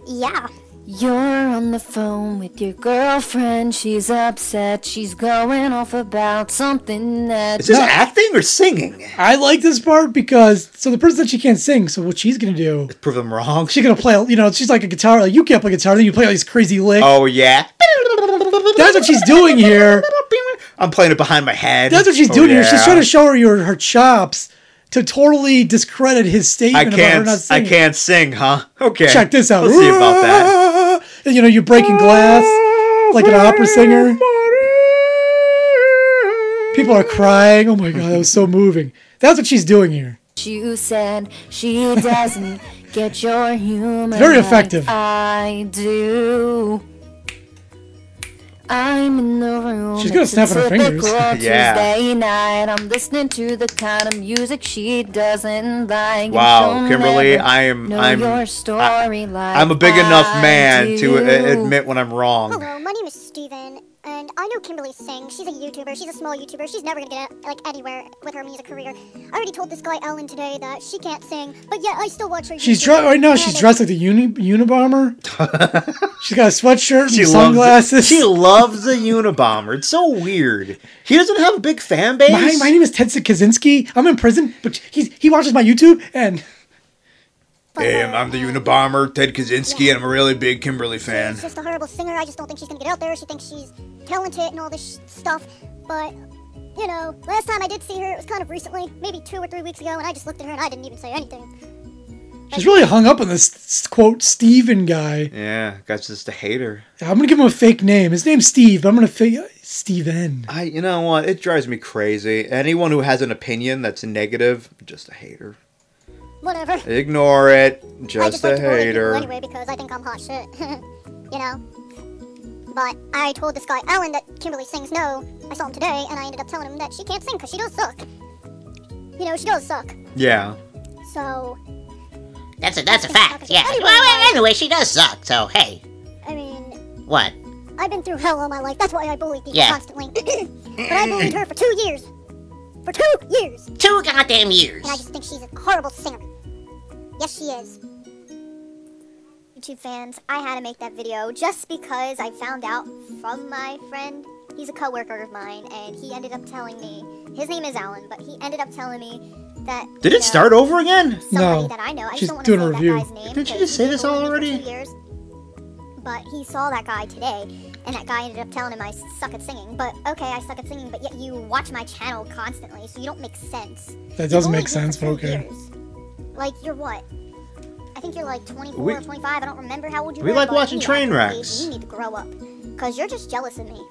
yeah. You're on the phone with your girlfriend. She's upset. She's going off about something that. Is this acting or singing? I like this part because so the person that she can't sing. So what she's gonna do? Prove them wrong. She's gonna play. You know, she's like a guitar. Like you can't play guitar. Then you play all these crazy licks. Oh yeah. That's what she's doing here. I'm playing it behind my head. That's what she's Oh, doing here. She's yeah. trying to show her your, her chops to totally discredit I his statement about her can't. not I singing. can't sing, huh? Okay. Check this out. We'll see about that. And, you know, you're breaking glass like an opera singer. People are crying. Oh my god, that was so moving. That's what she's doing here. You said she doesn't get your humor. Very like effective. I do. I'm in the room. She's gonna It's a snap on her fingers. typical Yeah. Tuesday night. I'm listening to the kind of music she doesn't like. Wow, She'll Kimberly, never I am. Know I'm. your story I, like I'm a big enough I man to do. uh, admit when I'm wrong. Hello, my name is Steven. And I know Kimberly Singh. She's a YouTuber. She's a small YouTuber. She's never gonna get like anywhere with her music career. I already told this guy Ellen today that she can't sing, but yet I still watch her. She's YouTube. dressed right now. And She's it's- dressed like the uni Unabomber. she's got a sweatshirt and sunglasses. Loves, she loves the Unabomber. It's so weird. He doesn't have a big fan base. my, my name is Ted Kaczynski. I'm in prison, but he's he watches my YouTube and Damn, I'm the Unabomber, Ted Kaczynski, and I'm a really big Kimberly fan. She's just a horrible singer. I just don't think she's gonna get out there. She thinks she's talented and all this sh- stuff, but you know, last time I did see her, it was kind of recently, maybe two or three weeks ago, and I just looked at her and I didn't even say anything. she's really hung up on this quote Steven guy. Yeah, guy's just a hater. I'm gonna give him a fake name. His name's Steve. But I'm gonna fake Steven. I, you know what? It drives me crazy. Anyone who has an opinion that's negative, just a hater. Whatever. Ignore it. I Just, just like a to bully people hater. anyway because I think I'm hot shit, you know. But I told this guy Alan that Kimberly sings no. I saw him today, and I ended up telling him that she can't sing because she does suck. You know, she does suck. Yeah. So That's a that's a fact. Yeah. Anyway. Well, anyway, she does suck. So hey, I mean, what? I've been through hell all my life. That's why I bullied people Yeah. constantly. but I bullied her for two years. For two years, Two goddamn years. and I just think she's a horrible singer. Yes, she is. YouTube fans, I had to make that video just because I found out from my friend. He's a coworker of mine, and he ended up telling me his name is Alan, but he ended up telling me that. Did you it know, start over again? Somebody No, that I know. I she's just don't want doing a to say that review. guy's name. Didn't she because just say he's this been all with me for already? two years. But he saw that guy today, and that guy ended up telling him I suck at singing. But okay, I suck at singing, but yet you watch my channel constantly, so you don't make sense. That You've does only make been here sense, but for two okay. years. Like you're what? I think you're like 24 We- or 25. I don't remember how old you we were. like but watching you know, train at that age, wrecks. You need to grow up, cause you're just jealous of me.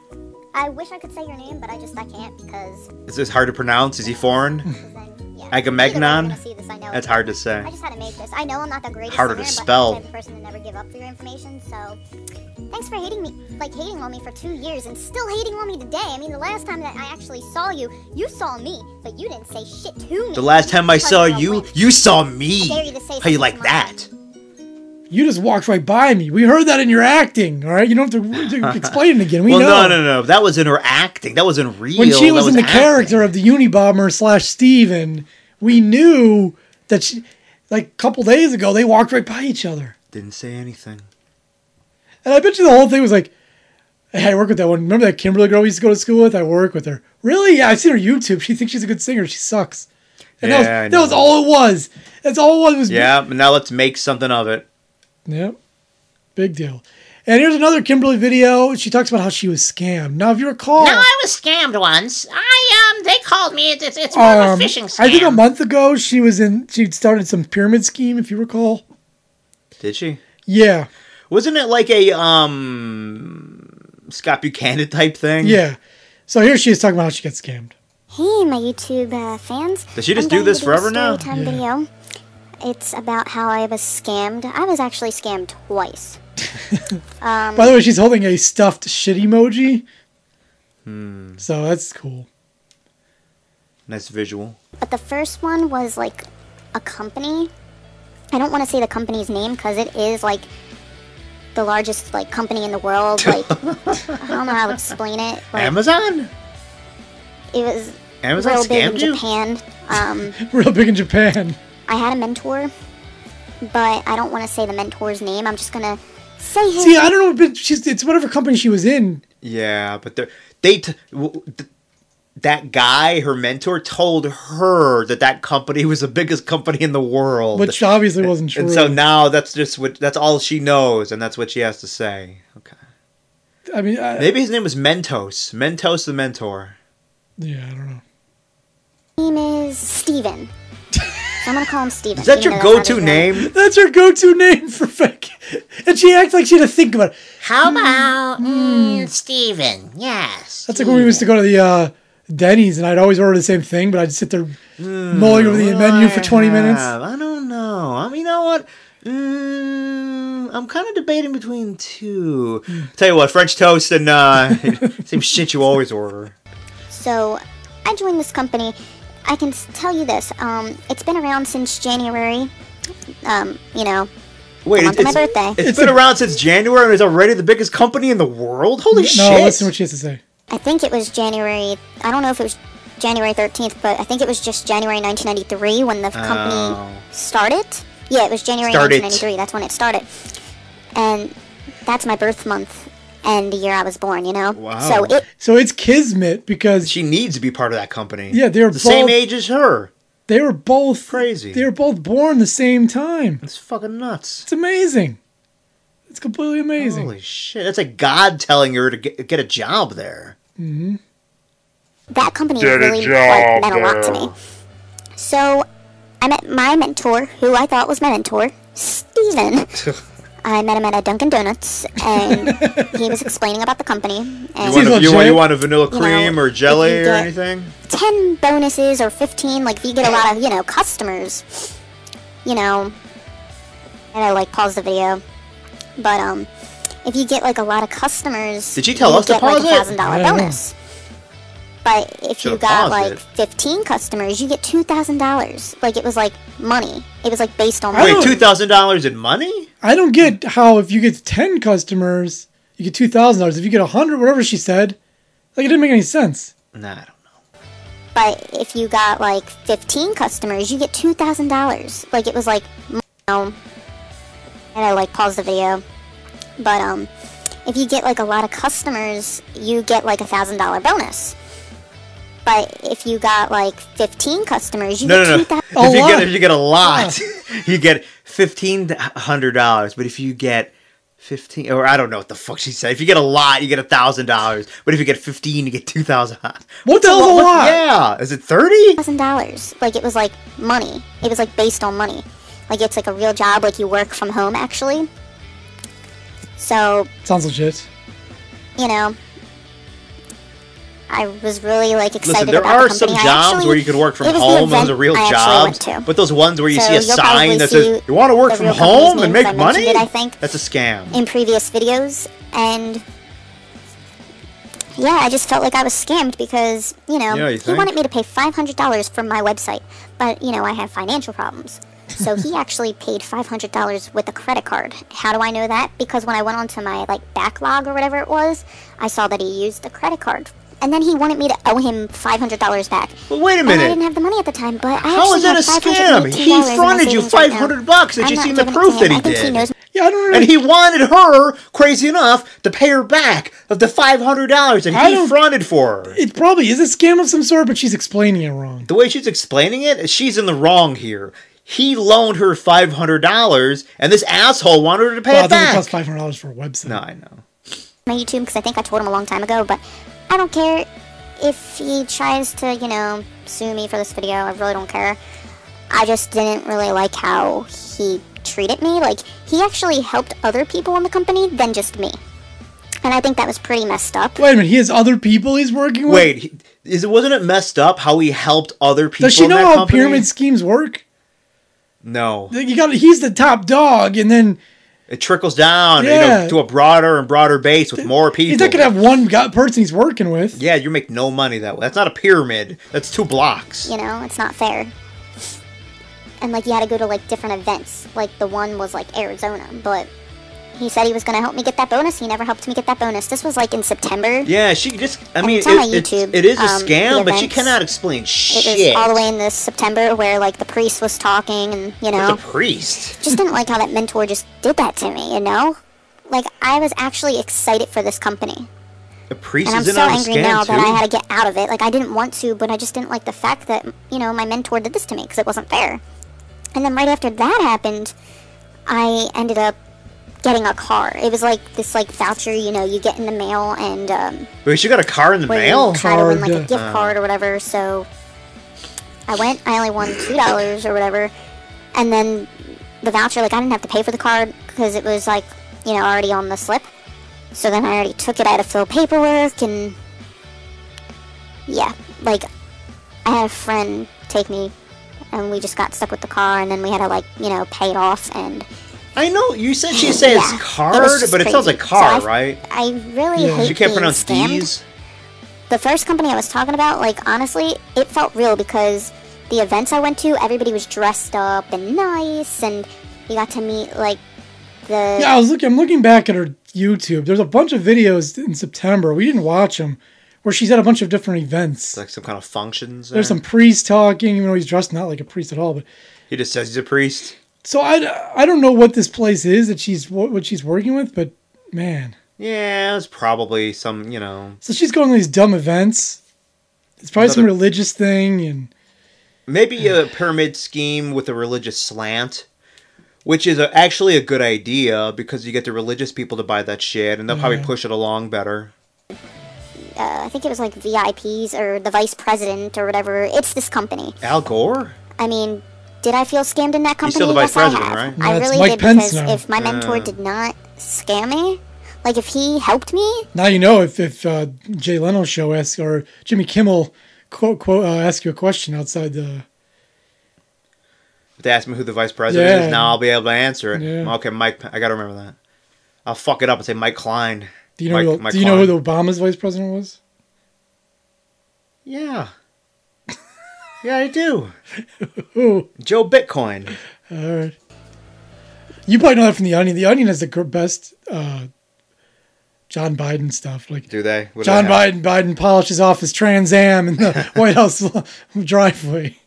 I wish I could say your name, but I just I can't because Is this hard to pronounce? Is he foreign? 'cause then yeah. Agamemnon? Either way, you're gonna see this, I know That's it's not- hard to say. I just had to make this. I know I'm not the greatest Harder to singer, spell. but I'm the type of person to never give up for your information. So, thanks for hating me, like hating on me for two years and still hating on me today. I mean, the last time that I actually saw you, you saw me, but you didn't say shit to me. The last time I Because saw you're a you, wimp. you saw I dare you me. to say How you something like to my that? You just walked right by me. We heard that in your acting. All right, you don't have to, to explain it again. We well, know. no, no, no. That was in her acting. That was in real. when she That was in the acting. character of the Unibomber slash Steven, we knew that she, like a couple days ago, they walked right by each other. Didn't say anything. And I bet you the whole thing was like, hey, I work with that one. Remember that Kimberly girl we used to go to school with? I work with her. Really? Yeah, I've seen her YouTube. She thinks she's a good singer. She sucks. And Yeah, I that, was, that was know. all it was. That's all it was. was Yeah, but now let's make something of it. Yep. Big deal. And here's another Kimberly video. She talks about how she was scammed. Now, if you recall, No, I was scammed once. I um, they called me. It's it's, it's more um, of a phishing scam. I think a month ago she was in. She started some pyramid scheme, if you recall. Did she? Yeah, Wasn't it like a um Scott Buchanan type thing? yeah. So here she is talking about how she got scammed. Hey, my YouTube uh, fans. Does she just I'm do going this to forever a now? story Time video. It's about how I was scammed. I was actually scammed twice. Um, By the way, she's holding a stuffed shit emoji. Hmm. So that's cool. Nice visual. But the first one was like a company. I don't want to say the company's name because it is like the largest like company in the world. Like I don't know how to explain it. Like, Amazon? It was Amazon real big in scammed you? Japan. Um, Real big in Japan. I had a mentor, but I don't want to say the mentor's name. I'm just gonna say his. See, I don't know. But she's it's whatever company she was in. Yeah, but they're- they t- w- th- that guy, her mentor, told her that that company was the biggest company in the world. Which obviously wasn't true. and so now that's just what that's all she knows, and that's what she has to say. Okay. I mean, I, Maybe his name was Mentos. Mentos the mentor. yeah, I don't know. name is Steven. So I'm gonna call him Steven. Is that even your though that's go-to not his name? That's her go-to name for fake. And she acts like she had to think about it. How about mm, Steven? Yes. That's like when we used to go to the uh, Denny's, and I'd always order the same thing, but I'd sit there mulling over the menu for 20 minutes. Uh, I don't know. I mean, you know what? Mm, I'm kind of debating between two. Hmm. Tell you what, French toast and uh, same shit you always order. So I joined this company. I can s- tell you this. Um, it's been around since January. Um, you know, Wait, month it's, of my it's- birthday. it's been around since January and it's already the biggest company in the world. Holy No, shit! listen to what she has to say. I think it was January. I don't know if it was January 13th, but I think it was just January 1993 when the Oh. company started. Yeah, it was January Started. 1993. That's when it started. And that's my birth month and the year I was born, you know? Wow. So it So it's kismet because she needs to be part of that company. Yeah, they're the same both- age as her. they were both Crazy. They were both born the same time. That's fucking nuts. It's amazing. It's completely amazing. Holy shit! That's like God telling her to get, get a job there. that company really like, meant a lot to me. So I met my mentor, who I thought was my mentor, Steven. I met him at a Dunkin' Donuts, and he was explaining about the company. And Seems you, want, legit. you want a vanilla cream Well, or jelly if you or get- anything? 10 bonuses or 15 like if you get a lot of you know customers you know and i like pause the video but um if you get like a lot of customers Did she tell you us to get, like, pause it? a thousand dollar I don't know. bonus but if you Should've got paused like it. 15 customers you get $2000 like it was like money it was like based on I Wait, don't- two thousand dollars in money? I don't get how if you get ten customers, you get two thousand dollars. If you get hundred, whatever she said, like it didn't make any sense. Nah, I don't know. but if you got like 15 customers you get $2000 like it was like you know, and i like pause the video but um if you get like a lot of customers you get like a thousand dollar bonus but if you got like 15 customers you No, get no, no. two thousand A If you lot. get if you get a lot, Oh. you get fifteen hundred dollars. But if you get fifteen, or I don't know what the fuck she said. If you get a lot, you get a thousand dollars. But if you get fifteen, you get two thousand. What the hell's a lot? Yeah, is it thirty? dollars like it was like money it was like based on money like it's like a real job like you work from home actually so Sounds legit. you know I was really like excited Listen, there about are the some company. I jobs actually- where you can work from it was the home. Those event are real I actually went jobs. to. But those ones where you So see a you'll probably sign that see says "You want to work the from real company's home and names. I make money," mentioned it, I think. that's a scam. in previous videos and yeah i just felt like i was scammed because you know Yeah, you he think? wanted me to pay $500 for my website but you know i have financial problems so he actually paid $500 with a credit card how do i know that because when i went onto my like backlog or whatever it was i saw that he used the credit card and then he wanted me to owe him $500 back But wait a and I minute. didn't have the money at the time, but I How actually is that have a scam? $518 He in my fronted you savings right now. 500 bucks that I'm you not seen the giving it to proof that him. he I think He did. knows Yeah, I don't know. And he wanted her, crazy enough, to pay her back of the five hundred dollars that I he don't- fronted for her. it probably is a scam of some sort, but she's explaining it wrong. The way she's explaining it, she's in the wrong here. He loaned her five hundred dollars, and this asshole wanted her to pay Wow, it it doesn't back. cost five hundred dollars for a website. No, I know. my YouTube because I think I told him a long time ago, but I don't care if he tries to, you know, sue me for this video. I really don't care. I just didn't really like how he treated me. Like, he actually helped other people in the company than just me. And I think that was pretty messed up. Wait a minute, he has other people he's working with. Wait, he- is it wasn't it messed up how he helped other people? does she in know that how company? pyramid schemes work? No, Like, You got he's the top dog, and then it trickles down you know, Yeah. to a broader and broader base with more people. he's not gonna have one guy, person he's working with. yeah, you make no money that way. That's not a pyramid. That's two blocks. You know, it's not fair. And, like, you had to go to, like, different events. Like, the one was, like, Arizona, but he said he was going to help me get that bonus. He never helped me get that bonus. This was, like, in September. Yeah, she just. I mean, it's on my it, it's- YouTube, it is a um, scam, the but she events. cannot explain It was shit. all the way in this September where like the priest was talking and the you know priest. just didn't like how that mentor just did that to me, you know? Like I was actually excited for this company. The priest And I'm is in so on the angry now scam that I had too. to get out of it. Like I didn't want to, but I just didn't like the fact that, you know, my mentor did this to me because it wasn't fair. And then right after that happened, I ended up getting a car. It was like this like voucher, you know, you get in the mail and um Wait, she got a car in the where mail. you try to win like a Card, gift card or whatever. So I went. I only won two dollars or whatever, and then the voucher. Like I didn't have to pay for the card because it was like you know already on the slip. So then I already took it. I had to fill paperwork and yeah, like I had a friend take me, and we just got stuck with the car, and then we had to like you know pay it off and. I know you said she says yeah, it was card, just but it sounds crazy. like car, So I- right? I really Yeah. hate She can't being pronounce scammed. D's. the first company I was talking about, like honestly, it felt real because the events I went to, everybody was dressed up and nice, and you got to meet like The Yeah, I was looking. I'm looking back at her YouTube. There's a bunch of videos in September. We didn't watch them, where she's at a bunch of different events. like some kind of functions. There's there. some priest talking, even though he's dressed not like a priest at all. But He just says he's a priest. so I, I don't know what this place is that she's what, what she's working with, but man, Yeah, it's probably some you know so she's going to these dumb events. It's probably some Another- religious thing, and maybe a pyramid scheme with a religious slant. Which is a, actually a good idea because you get the religious people to buy that shit, and they'll probably push it along better. uh, I think it was like VIPs or the vice president or whatever. It's this company. Al Gore, I mean, did I feel scammed in that company? still the vice yes, president, I have. right? Oh. Yeah, I it's really Mike did Pence because now. if my mentor did not scam me, like if he helped me, now you know if if uh, Jay Leno show asks or Jimmy Kimmel quote quote uh, ask you a question outside the if they ask me who the vice president Yeah. is, now I'll be able to answer it. Yeah. Okay, Mike, I gotta remember that. I'll fuck it up and say Mike Klein. do you know Mike- who the- Mike do you know who Klein. the Obama's vice president was? Yeah. yeah, I do. Who? Joe Bitcoin. All right. You probably know that from the Onion. The Onion has the gr- best uh, John Biden stuff. Like Do they? What do John they have? Biden, Biden polishes off his Trans Am in the White House driveway.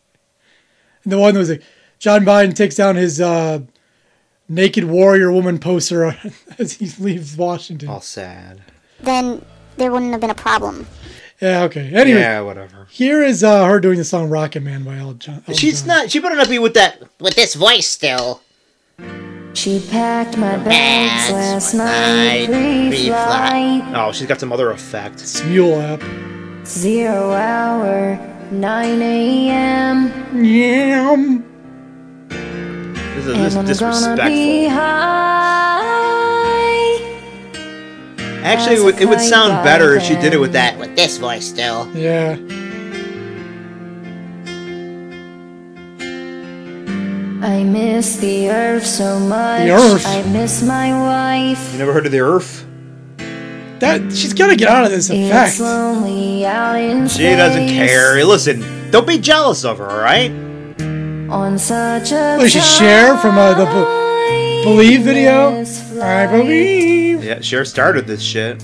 And the one that was like, John Biden takes down his uh, naked warrior woman poster as he leaves Washington. All sad. then there wouldn't have been a problem. Yeah, okay. Anyway, Yeah, whatever. here is uh, her doing the song Rocket Man by Elton John. Elton She's John. not. She better not be with that. with this voice still. She packed my bags Bags last last night. night. Free Free flight. Oh, she's got some other effect. It's Mule app. Zero hour. 9 a.m. Yeah. This is this And I'm gonna be disrespectful. high. Actually, it would, it would sound better if she did it with that. With this voice still. Yeah. I miss the earth so much. The earth. I miss my wife. You never heard of the Earth? That she's gotta get out of this effect. It's lonely out in She doesn't space care. Hey, Listen, don't be jealous of her. All right? On such a What is she, Cher from, uh, the Be- Believe video. timeless I flight. believe Yeah, Cher started this shit.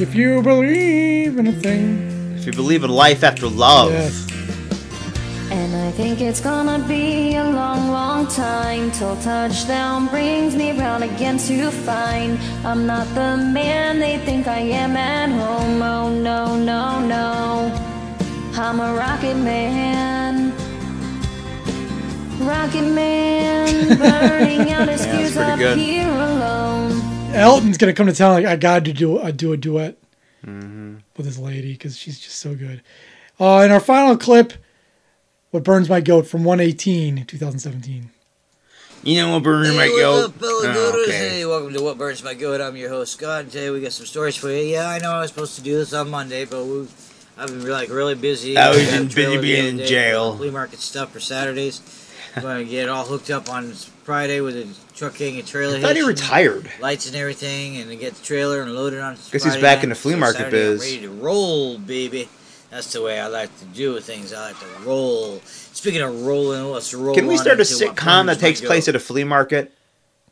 if you believe in a thing. If you believe in life after love, Yes. And I think it's gonna be a long, long time till touchdown brings me round again to find I'm not the man they think I am at home. Oh no, no, no. I'm a rocket man. Rocket man burning out his that's fuse pretty up good. here alone. Elton's gonna come to town like I got to do I do a duet with this lady because she's just so good. Uh, in our final clip, what burns my goat from 118 2017. you know what burner might What's go. up, fellow Oh, goaters? okay. Hey, welcome to What Burns My Goat. I'm your host, Scott, and today we got some stories for you. Yeah, I know I was supposed to do this on Monday, but we, I've been like really busy. I was got a busy trailer the being other in day, jail. Flea market stuff for Saturdays. I'm going to get all hooked up on Friday with a trucking and trailer I thought he hitch and retired. Lights and everything, and get the trailer and load it on he's Friday back night, in the flea so market Saturday I'm biz. ready to roll, baby. That's the way I like to do things. I like to roll. Speaking of rolling, let's roll. Can we on start a into What sitcom Burns that My takes place Goat. at a flea market?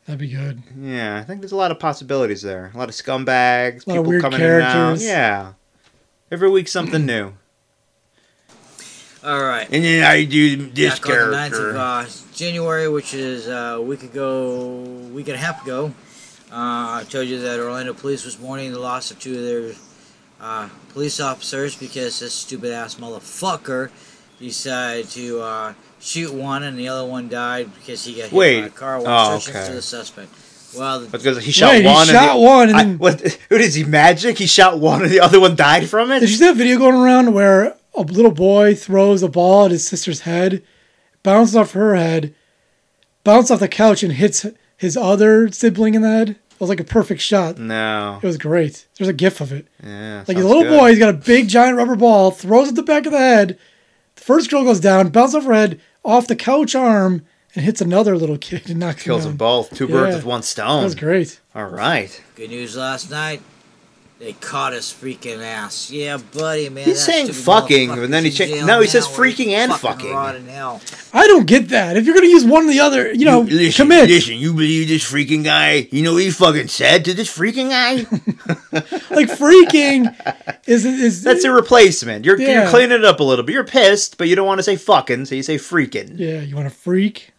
That'd be good. Yeah, I think there's a lot of possibilities there. A lot of scumbags, A lot of people weird coming characters. in and out. Yeah. Every week something new. All right. And then I do this back on the 9th of character. uh, January, which is uh, a week ago, week and a half ago. Uh, I told you that Orlando police was mourning the loss of two of their uh, police officers because this stupid ass motherfucker decided to uh, shoot one and the other one died because he got hit by a Wait. car Oh, while searching okay. for the suspect. Well, the Because he shot Wait, he one. shot and the, one and I- then- what? What is he magic? He shot one, and the other one died from Did you it. see that video going around where a little boy throws a ball at his sister's head, bounces off her head, bounces off the couch, and hits his other sibling in the head? It was like a perfect shot. No. It was great. There's a gif of it. Yeah. Like a sounds little good. boy, he's got a big giant rubber ball, throws it at the back of the head. The first girl goes down, bounces off her head, off the couch arm, and hits another little kid and knocks kills him them down. both. Two birds Yeah. with one That stone. was great. All right. good news last night They caught us freaking ass. Yeah, buddy, man. He's that saying stupid fucking, motherfucker's and then he in cha- jail no, he now, says or he's freaking and fucking. rotting hell. I don't get that. If you're going to use one or the other, you know, listen, commit. listen, you believe this freaking guy? You know what he fucking said to this freaking guy? Like freaking is is That's a replacement. You're, Yeah. you're cleaning it up a little bit. You're pissed, but you don't want to say fucking, so you say freaking. yeah. You want to freak?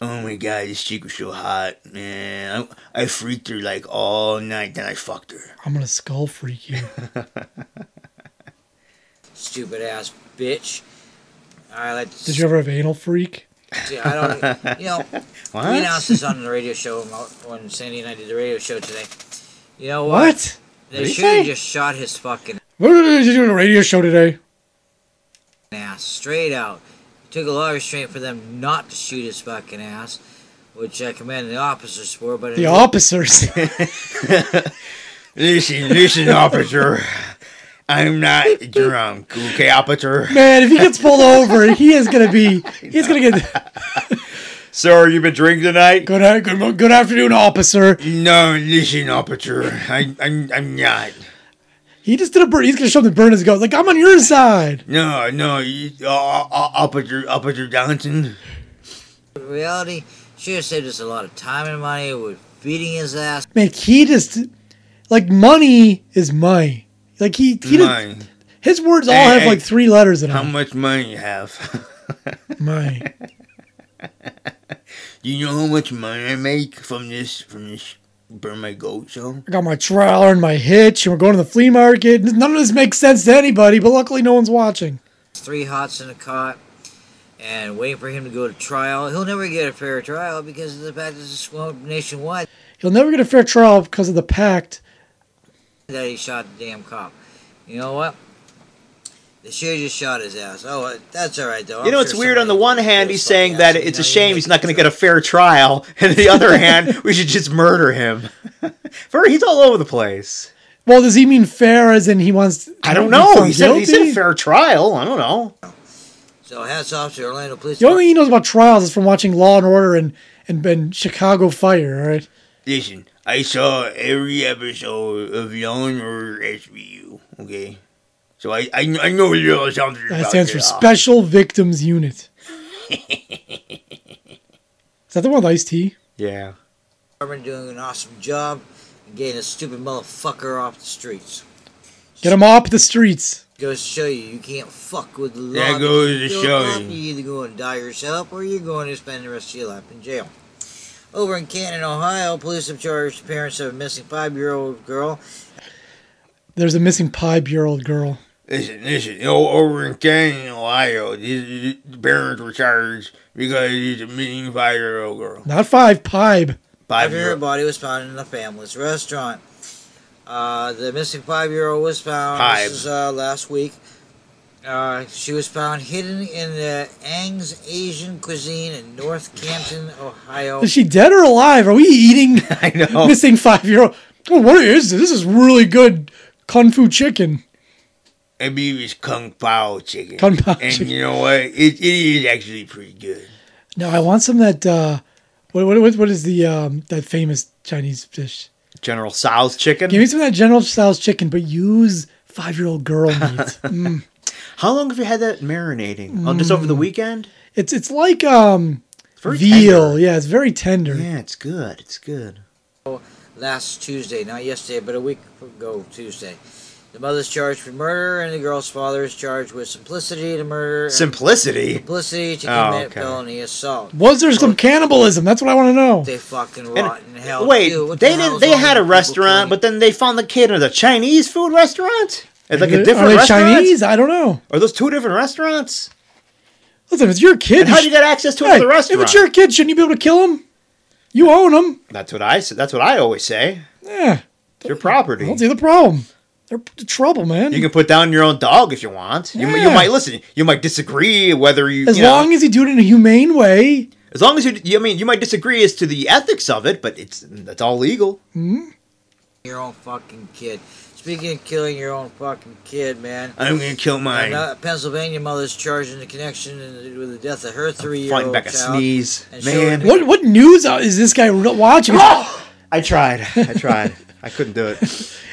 Oh my god, this chick was so hot, man. I, I freaked her like all night, then I fucked her. I'm gonna skull freak you. Stupid ass bitch. I like. to- Did you ever have anal freak? See, I don't. e-, You know, What? we announced this on the radio show when when Sandy and I did the radio show today. You know what? What? They What'd he should have say? just shot his fucking What are you doing a radio show today? ass straight out. It took a lot of restraint for them not to shoot his fucking ass, which I commend the officers for. But The officers. Listen, listen, officer. I'm not drunk, okay, officer? Man, if he gets pulled over, he is gonna be. He's gonna get. Sir, you been drinking tonight? Good, a- good, mo- good afternoon, officer. No, listen, officer. I, I'm, I'm not. He just did a burn. He's gonna show him the burn his goat. Like I'm on your side. No, no, you, uh, uh, officer, officer Johnson. in reality, should have saved us a lot of time and money with beating his ass. Man, he just like money is money. Like he, he did, Mine. his words all Hey, have hey. like three letters in How them. much money you have? My, you know how much money I make from this, from this burn my goat show? I got my trailer and my hitch, and we're going to the flea market. None of this makes sense to anybody, but luckily no one's watching. Three hots in a cot. And waiting for him to go to trial. He'll never get a fair trial because of the fact that this is swung nationwide He'll never get a fair trial because of the pact. that he shot the damn cop. You know what? They should have just shot his ass. Oh, uh, that's all right though. You I'm know, it's sure weird. On the somebody one will hand, kill he's his fucking saying ass, that you it's know, a you shame make he's not going to get a fair trial. And on the other hand, we should just murder him. For he's all over the place. Well, does he mean fair as in he wants? I don't know. found He said, he said guilty? fair trial. I don't know. So hats off to Orlando Police. The only thing he knows about trials is from watching Law and Order and and, and Chicago Fire. All right, Listen, I saw every episode of Law and Order SVU. Okay, so I I, kn- I know a little something. that about stands for it all. Special Victims Unit. is that the one with Ice T? Yeah. Department doing an awesome job and getting a stupid motherfucker off the streets. Get him off the streets. Goes to show you, you can't fuck with the law. That goes to You're show up, you. You're either going to die yourself or you're going to spend the rest of your life in jail. Over in Canton, Ohio, police have charged the parents of a missing five-year-old girl There's a missing five-year-old girl. Listen, listen. You know, over in Canton, Ohio, these these parents were charged because he's a mean five-year-old girl. Not five, pibe. after her Five-year-old. body was found in a family's restaurant. Uh, the missing five-year-old was found. Five. This is uh, last week. Uh, she was found hidden in the Ang's Asian cuisine in North Canton, Ohio. Is she dead or alive? Are we eating I know. missing five-year-old? Oh, what is this? This is really good kung fu chicken. I believe it's Kung Pao chicken. Kung Pao and chicken. you know what? It, it is actually pretty good. No, I want some that. Uh, what, what what what is the um that famous Chinese fish? General Sal's chicken. Give me some of that General Tso's chicken, but use five year old girl meat. Mm. How long have you had that marinating? Oh, just over the weekend? It's it's like um It's very veal. tender. Yeah, it's very tender. Yeah, it's good. It's good. last Tuesday, not yesterday, but a week ago Tuesday. The mother's charged with murder, and the girl's father is charged with simplicity to murder. and Simplicity. Complicity to Oh, commit okay. felony assault. Was there some cannibalism? That's what I want to know. They fucking And- rot in hell. Wait, too. What the they hell's did. They all had a these people killing- restaurant, but then they found the kid at a Chinese food restaurant. It's like Are a they- different Are they restaurant. Chinese? I don't know. Are those two different restaurants? Listen, if it's your kid. And how do sh- you get access to Hey, another restaurant? If it's your kid, shouldn't you be able to kill him? You own him. that's what I. s- That's what I always say. Yeah, It's your property. I don't see the problem. They're p- trouble, man. You can put down your own dog if you want. You, you Yeah. might listen. You might disagree whether you as you know, long as you do it in a humane way. as long as you, you. I mean, you might disagree as to the ethics of it, but it's that's all legal. your own fucking kid. Speaking of killing your own fucking kid, man. I'm gonna kill mine. A Pennsylvania mother's charged in the connection in- with the death of her Fighting three-year-old back a child. sneeze, and man. showing- What what news is this guy re- watching? I tried. I tried. I couldn't do it.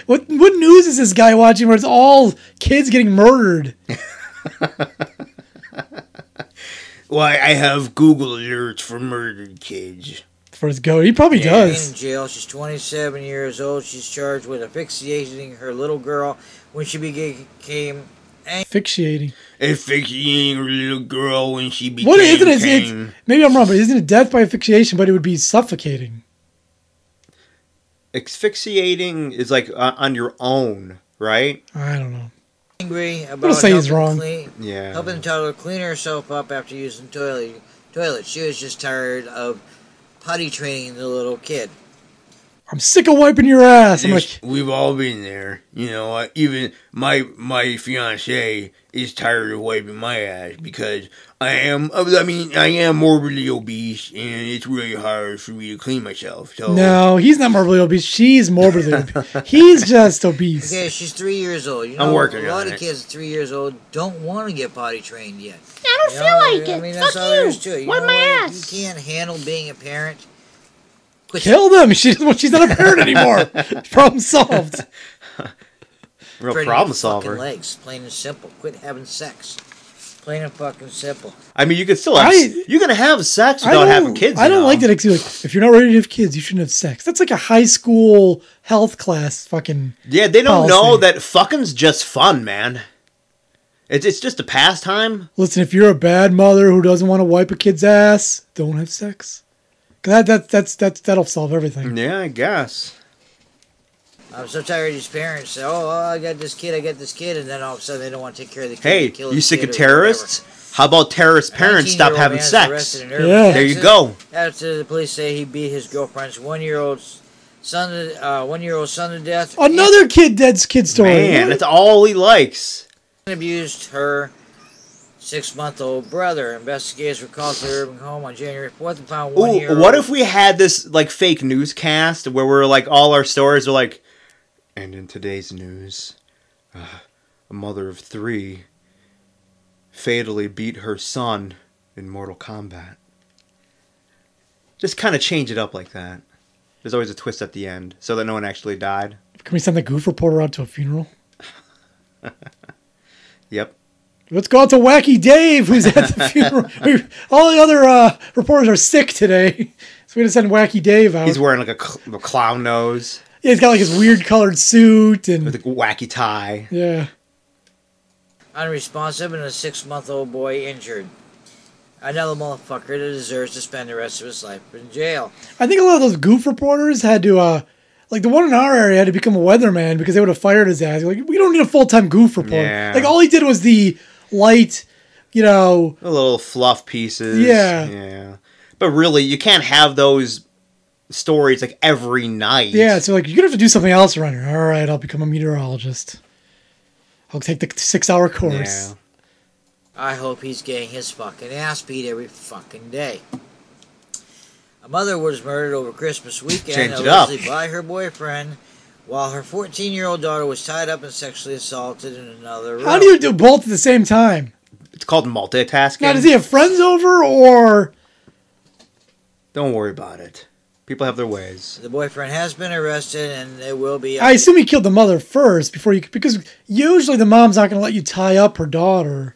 What what news is this guy watching where it's all kids getting murdered? Why I have Google alerts for murdered kids. For his goat, he probably Yeah, In does. jail, she's 27 years old. She's charged with asphyxiating her little girl when she became. Asphyxiating. Asphyxiating her little girl when she became What isn't it? tame. It's, maybe I'm wrong, but isn't it death by asphyxiation? But it would be suffocating. Asphyxiating is like uh, on your own, right? I don't know. Angry about say he's helping wrong. Clean, Yeah. Helping the toddler clean herself up after using toilet. Toilet. She was just tired of potty training the little kid. I'm sick of wiping your ass. I'm Yes, like, we've all been there. You know, uh, even my my fiance is tired of wiping my ass because I am. I mean, I am morbidly obese, and it's really hard for me to clean myself. So no, he's not morbidly obese. She's morbidly obese. He's just obese. Okay, she's three years old. You know, I'm working A lot on of it. kids three years old don't want to get potty trained yet. I don't You feel know, like I it. mean, Fuck that's all there is you. to it. You Wipe know my what? ass. You can't handle being a parent. Quit Kill them. She doesn't. She's not a parent anymore. Problem solved. real problem spreading your fucking solver. Legs, plain and simple. Quit having sex. Plain and fucking simple. I mean, you can still have. I- you can have sex I without don't- having kids. I don't now. like that. It's like, if you're not ready to have kids, you shouldn't have sex. That's like a high school health class. Fucking. Yeah, they don't policy. know that fucking's just fun, man. It's it's just a pastime. Listen, if you're a bad mother who doesn't want to wipe a kid's ass, don't have sex. 'Cause That, that that's that's that'll solve everything. Yeah, I guess. I'm so tired of these parents. Say, oh, oh, I got this kid, I got this kid, and then all of a sudden they don't want to take care of the kid. Hey, they kill you the sick kid of or terrorists? How about terrorist whatever. parents stop 19-year-old having man's sex? arrested in Irving, Yeah. There you Texas go. After the police say he beat his girlfriend's one-year-old son, to- uh, one-year-old son to death. Another kid dead's kid story. Man, that's all he likes. and abused her six-month-old brother. Investigators were called to the Urban home on January 4th and found Ooh, one-year-old. what if we had this like fake newscast where we're like all our stories are like, and in today's news, uh, a mother of three fatally beat her son in Mortal Kombat. Just kind of change it up like that. There's always a twist at the end, so that no one actually died. Can we send the goof reporter out to a funeral? Yep. Let's go out to Wacky Dave, who's at the funeral. We- All the other uh, reporters are sick today, so we're gonna send Wacky Dave out. He's wearing like a, cl- a clown nose yeah, he's got like his weird colored suit with and a wacky tie. yeah. unresponsive and a six-month-old boy injured. Another motherfucker that deserves to spend the rest of his life in jail. I think a lot of those goof reporters had to, uh, like the one in our area had to become a weatherman because they would have fired his ass. Like we don't need a full time goof reporter. Yeah. Like all he did was the light, you know. The little fluff pieces. Yeah. Yeah. But really, you can't have those stories like every night. Yeah, so like you're gonna have to do something else around here. All right, I'll become a meteorologist. I'll take the six hour course. Yeah. I hope he's getting his fucking ass beat every fucking day. A mother was murdered over Christmas weekend Change it up. allegedly by her boyfriend while her 14 year old daughter was tied up and sexually assaulted in another room. How do you do both at the same time? It's called multitasking. Now, does he have friends over or? Don't worry about it. People have their ways. the boyfriend has been arrested and they will be. I assume he killed the mother first before you, because usually the mom's not gonna let you tie up her daughter.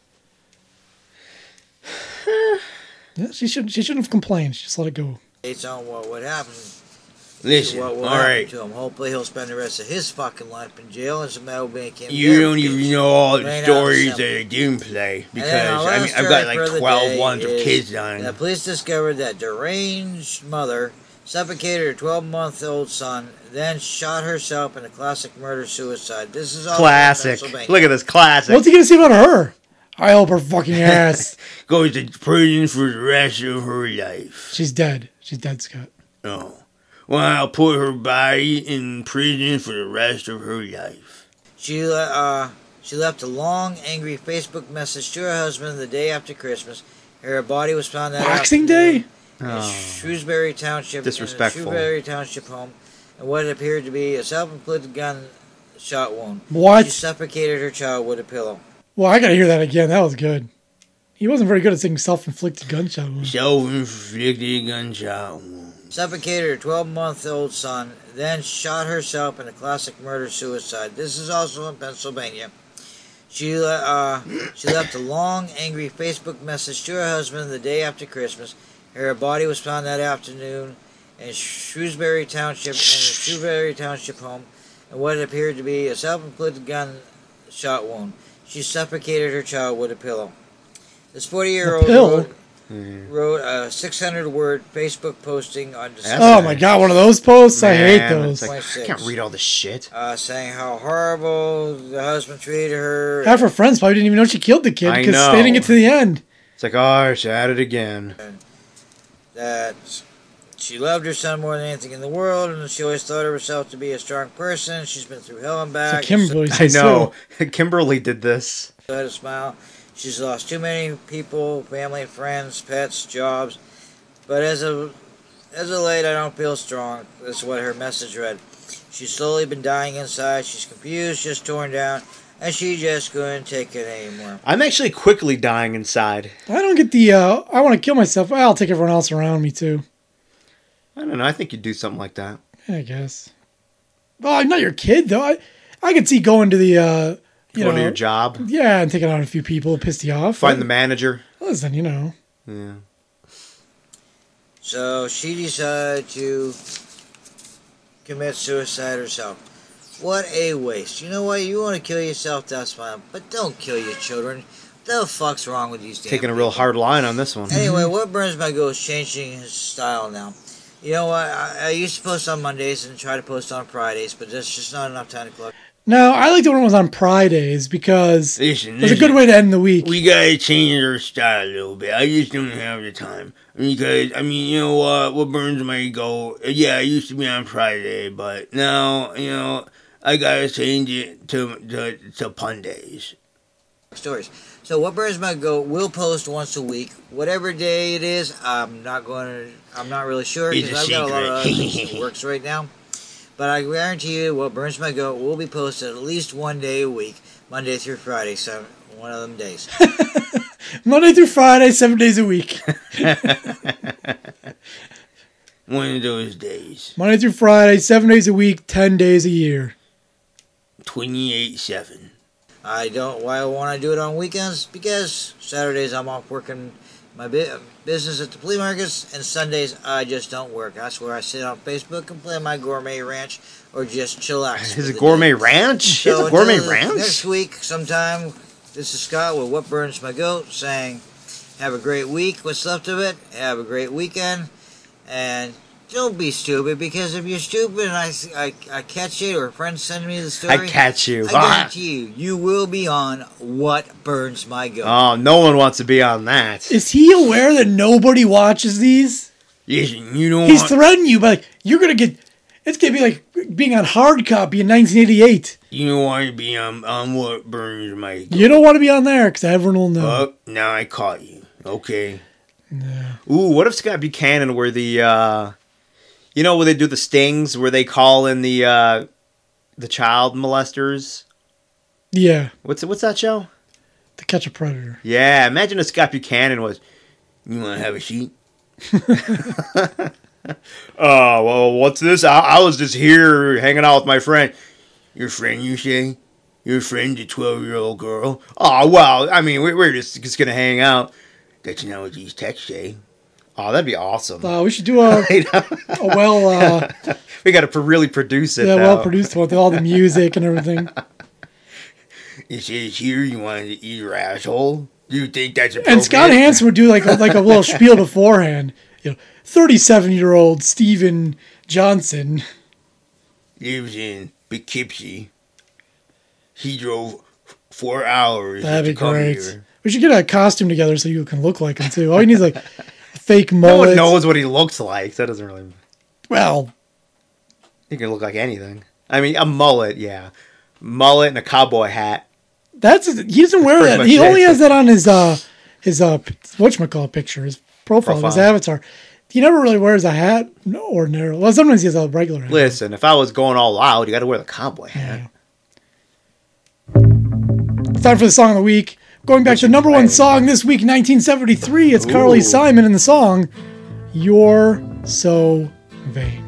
yeah, she shouldn't. She shouldn't have complained. She just let it go. updates on what would happen. Listen, what all will happen right. to him. Hopefully, he'll spend the rest of his fucking life in jail and somebody will make him. You their don't even bitch. know all the Right on, stories so- that I didn't play And then because our I mean, last I've got story like for the 12 day ones of is kids on. that police discovered that deranged mother suffocated her 12 month old son, then shot herself in a classic murder suicide. This is all in Classic. Pennsylvania. Look at this classic. What's he gonna say about her? I hope her fucking ass. Goes to prison for the rest of her life. She's dead. She's dead, Scott. Oh. Well, I'll put her body in prison for the rest of her life. She, le- uh, she left a long, angry Facebook message to her husband the day after Christmas. Her body was found Uh, that Boxing afternoon Day. in Shrewsbury Township. in the Disrespectful. Shrewsbury Township home, and what appeared to be a self-inflicted gun shot wound. She What? suffocated her child with a pillow. Well, I gotta hear that again. That was good. He wasn't very good at saying self-inflicted gunshot wound. Self inflicted gunshot wound. suffocated her 12 month old son, then shot herself in a classic murder suicide. This is also in Pennsylvania. She, le- uh, she left a long, angry Facebook message to her husband the day after Christmas. Her body was found that afternoon in Shrewsbury Township, in the Shrewsbury Township home, and what appeared to be a self inflicted gunshot wound. She suffocated her child with a pillow. This 40 year old pill? wrote, wrote a 600 word Facebook posting on December oh my god, one of those posts? I hate Man, those. it's like, I can't read all this shit. uh, saying how horrible the husband treated her. Half her friends probably didn't even know she killed the kid I because know. they didn't get to the end. It's like, oh, she's at it again. that she loved her son more than anything in the world, and she always thought of herself to be a strong person. She's been through hell and So back. Kim really I says, know. Kimberly did this. She still had a smile. She's lost too many people, family, friends, pets, jobs. But as of as of late, I don't feel strong. That's what her message read. She's slowly been dying inside. She's confused, just torn down, and she just couldn't take it anymore. I'm actually quickly dying inside. so. I don't get the, uh, I want to kill myself. I'll take everyone else around me too, I don't know. I think you'd do something like that. I guess. Well, I'm not your kid though. I, I could see going to the, uh, you Go know, to your job, yeah, and taking out a few people, pissed you off. find the manager. Listen, you know, Yeah. So she decided to commit suicide herself. What a waste. You know what? You want to kill yourself, that's fine. But don't kill your children. The fuck's wrong with these damn Taking a real people? hard line on this one. Anyway, what burns my goal is changing his style now. You know what? I, I used to post on Mondays and try to post on Fridays, but there's just not enough time to collect. no, I liked it when it was on Pride days because it Listen, was a listen. good way to end the week. We gotta change our style a little bit. I just don't have the time. Because, I mean, you know what? What burns my goal? Yeah, I used to be on Friday, but now, you know, I gotta change it to to, to Pundays. stories. So what burns my goat will post once a week, whatever day it is. I'm not going to. I'm not really sure It's because I've a got a lot of other secret. things in the works right now. But I guarantee you, what burns my goat will be posted at least one day a week, Monday through Friday. So one of them days. Monday through Friday, seven days a week. One of those days. Monday through Friday, seven days a week, ten days a year. 28 7. I don't. Why won't I do it on weekends? Because Saturdays I'm off working my bu- business at the flea markets, and Sundays I just don't work. That's where I sit on Facebook and play my gourmet ranch, or just chillax. for Is the it day. gourmet ranch? He has a So gourmet until ranch? Next week, sometime. This is Scott with What Burns My Goat saying, "Have a great week. What's left of it. Have a great weekend, and." Don't be stupid because if you're stupid and I, s- I- I catch it or a friend send me the story, I catch you. I Ah. guarantee you, you will be on What Burns My Goat. Oh, no one wants to be on that. Is he aware that nobody watches these? Listen, you don't He's want, threatening you, but like, you're gonna get. It's gonna be like being on hard copy in 1988. you don't want to be on, um, on what burns my goat. You don't want to be on there because everyone will know. Uh. Oh, now I caught you. Okay. Ooh, what if Scott Buchanan were the, uh, you know, where they do the stings, where they call in the uh, the child molesters? yeah, What's what's that show? to catch a predator. Yeah, imagine if Scott Buchanan was. You want to have a seat? Oh Uh, well, what's this? I, I was just here hanging out with my friend. Your friend, you say? Your friend's a 12 year old girl? Oh, well, I mean, we, we're just just gonna hang out. that's not what these texts say. Oh, that'd be awesome. Uh, we should do a, a well, uh, We got to pr- really produce it. yeah, though. well produced one with all the music and everything. It says here you wanted to eat your asshole. Do you think that's appropriate? And Scott Hansen would do like a, like a little spiel beforehand. You know, 37 year old Steven Johnson. lives in Poughkeepsie. He drove f- four hours That'd to be come great. here. We should get a costume together so you can look like him too. All you need is like a fake No mullet. one knows what he looks like. That doesn't really. Well, He can look like anything. I mean, a mullet, yeah, mullet and a cowboy hat. that's he doesn't wear Pretty that. much He only it. has that on his uh his uh what picture, his profile, his Profile. avatar. He never really wears a hat no, ordinarily. Well, sometimes he has a regular hat. Listen, if I was going all out, you got to wear the cowboy hat. It's time for the song of the week. Going back to number one song this week, 1973. It's Carly Simon in the song "You're So vain.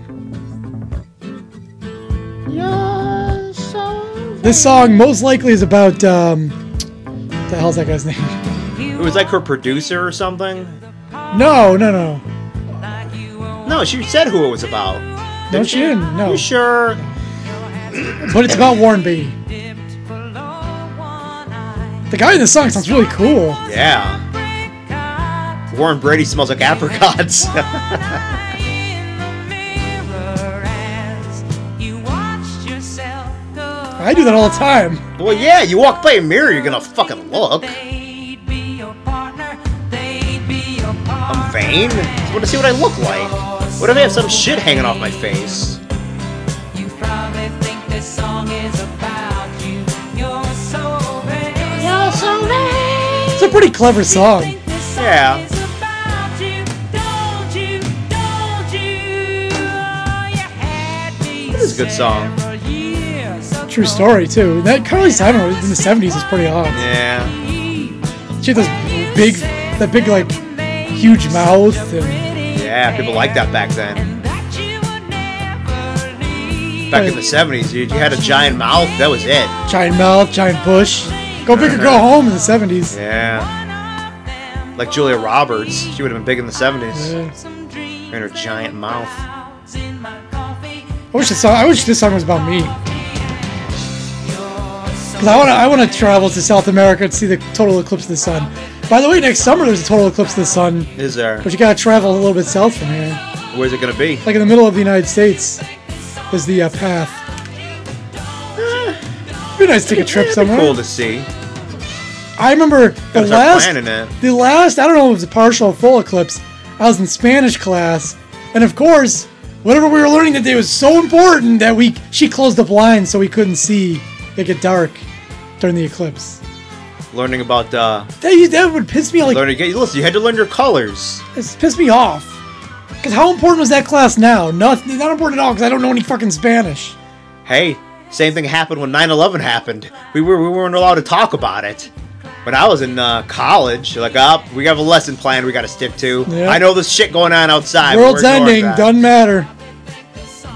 You're so This song most likely is about um, what the hell's that guy's name? It was like her producer or something. No, no, no. No, she said who it was about. No, Didn't she didn't. No. You sure? But it's about Warren B. The guy in the song sounds really cool. Yeah. Warren Brady smells like apricots. I do that all the time. well, yeah, you walk by a mirror, you're gonna fucking look. I'm vain. Just want to see what I look like. What if I have some shit hanging off my face? probably think this song is about you. You're so vain. You're so vain. It's a pretty clever song. Yeah. Oh, This is a good song. True story too. That Carly Simon was in the '70s is pretty hot. Yeah. She had this big, that big like, huge mouth. And Yeah, people liked that back then. Back in the 70s, dude, you had a giant mouth, that was it. giant mouth, giant bush. Go big or go home in the '70s. Yeah. Like Julia Roberts, she would have been big in the 70s. And her giant mouth. I wish this song. I wish this song was about me. Cause I wanna, I wanna travel to South America and see the total eclipse of the sun. By the way, next summer there's a total eclipse of the sun, Is there? but you gotta travel a little bit south from here. Where's it gonna be? Like in the middle of the United States is the uh, path. It'd be nice to take a trip somewhere. Cool to see. I remember the Gotta start last, planning it. the last, I don't know if it was a partial or full eclipse, I was in Spanish class, and of course, whatever we were learning that day was so important that we, she closed the blinds so we couldn't see it get dark during the eclipse. Learning about, uh, That, that would piss me, like, learning. Listen, you had to learn your colors. it's pissed me off. Because how important was that class now? Nothing, not important at all because I don't know any fucking Spanish. Hey, same thing happened when 9/11 happened. We were we weren't allowed to talk about it. When I was in uh, college, like up, we have a lesson plan we got to stick to. Yeah. I know there's shit going on outside. but World's we're ignoring ending. that. Doesn't matter.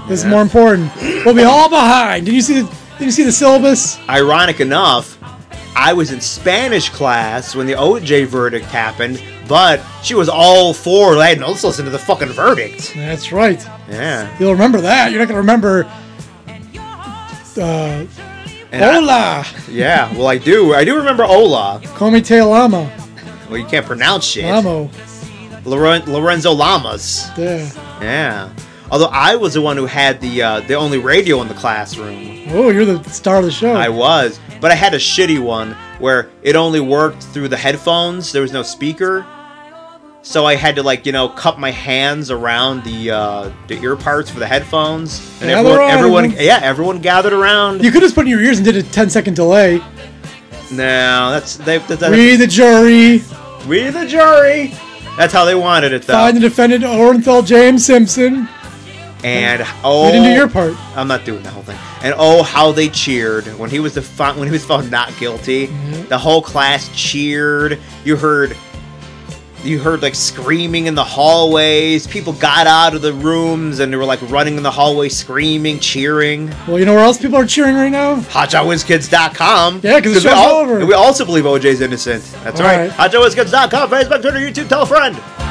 This is more important. We'll be all behind. Did you see the? Did you see the syllabus? Ironic enough, I was in Spanish class when the OJ verdict happened, but she was all for. Like, let's listen to the fucking verdict. That's right. Yeah. You'll remember that. You're not gonna remember. Uh, And I- hola, yeah. Well, I do. I do remember Ola. come te llamo, Well, you can't pronounce shit. llamo. Loren- Lorenzo Lamas. Yeah. Yeah. Although I was the one who had the uh, the only radio in the classroom. Oh, you're the star of the show. I was, but I had a shitty one where it only worked through the headphones. There was no speaker, so I had to like you know cup my hands around the uh, the ear parts for the headphones, and Gather everyone, around, everyone, everyone. yeah, everyone gathered around. you could just put in your ears and did a 10 second delay. no, that's they, that, that, We the jury we the jury. That's how they wanted it though. find the defendant Orenthal James Simpson. And oh, You didn't do your part. I'm not doing the whole thing. And oh, how they cheered when he was the fi- when he was found not guilty. Mm-hmm. The whole class cheered. You heard, you heard like screaming in the hallways. People got out of the rooms and they were like running in the hallway, screaming, cheering. Well, you know where else people are cheering right now? HotJawizKids.com. Yeah, 'cause the we show's all- over. We also believe OJ's innocent. That's All right. right. HotJawizKids.com, Facebook, Twitter, YouTube. Tell a friend.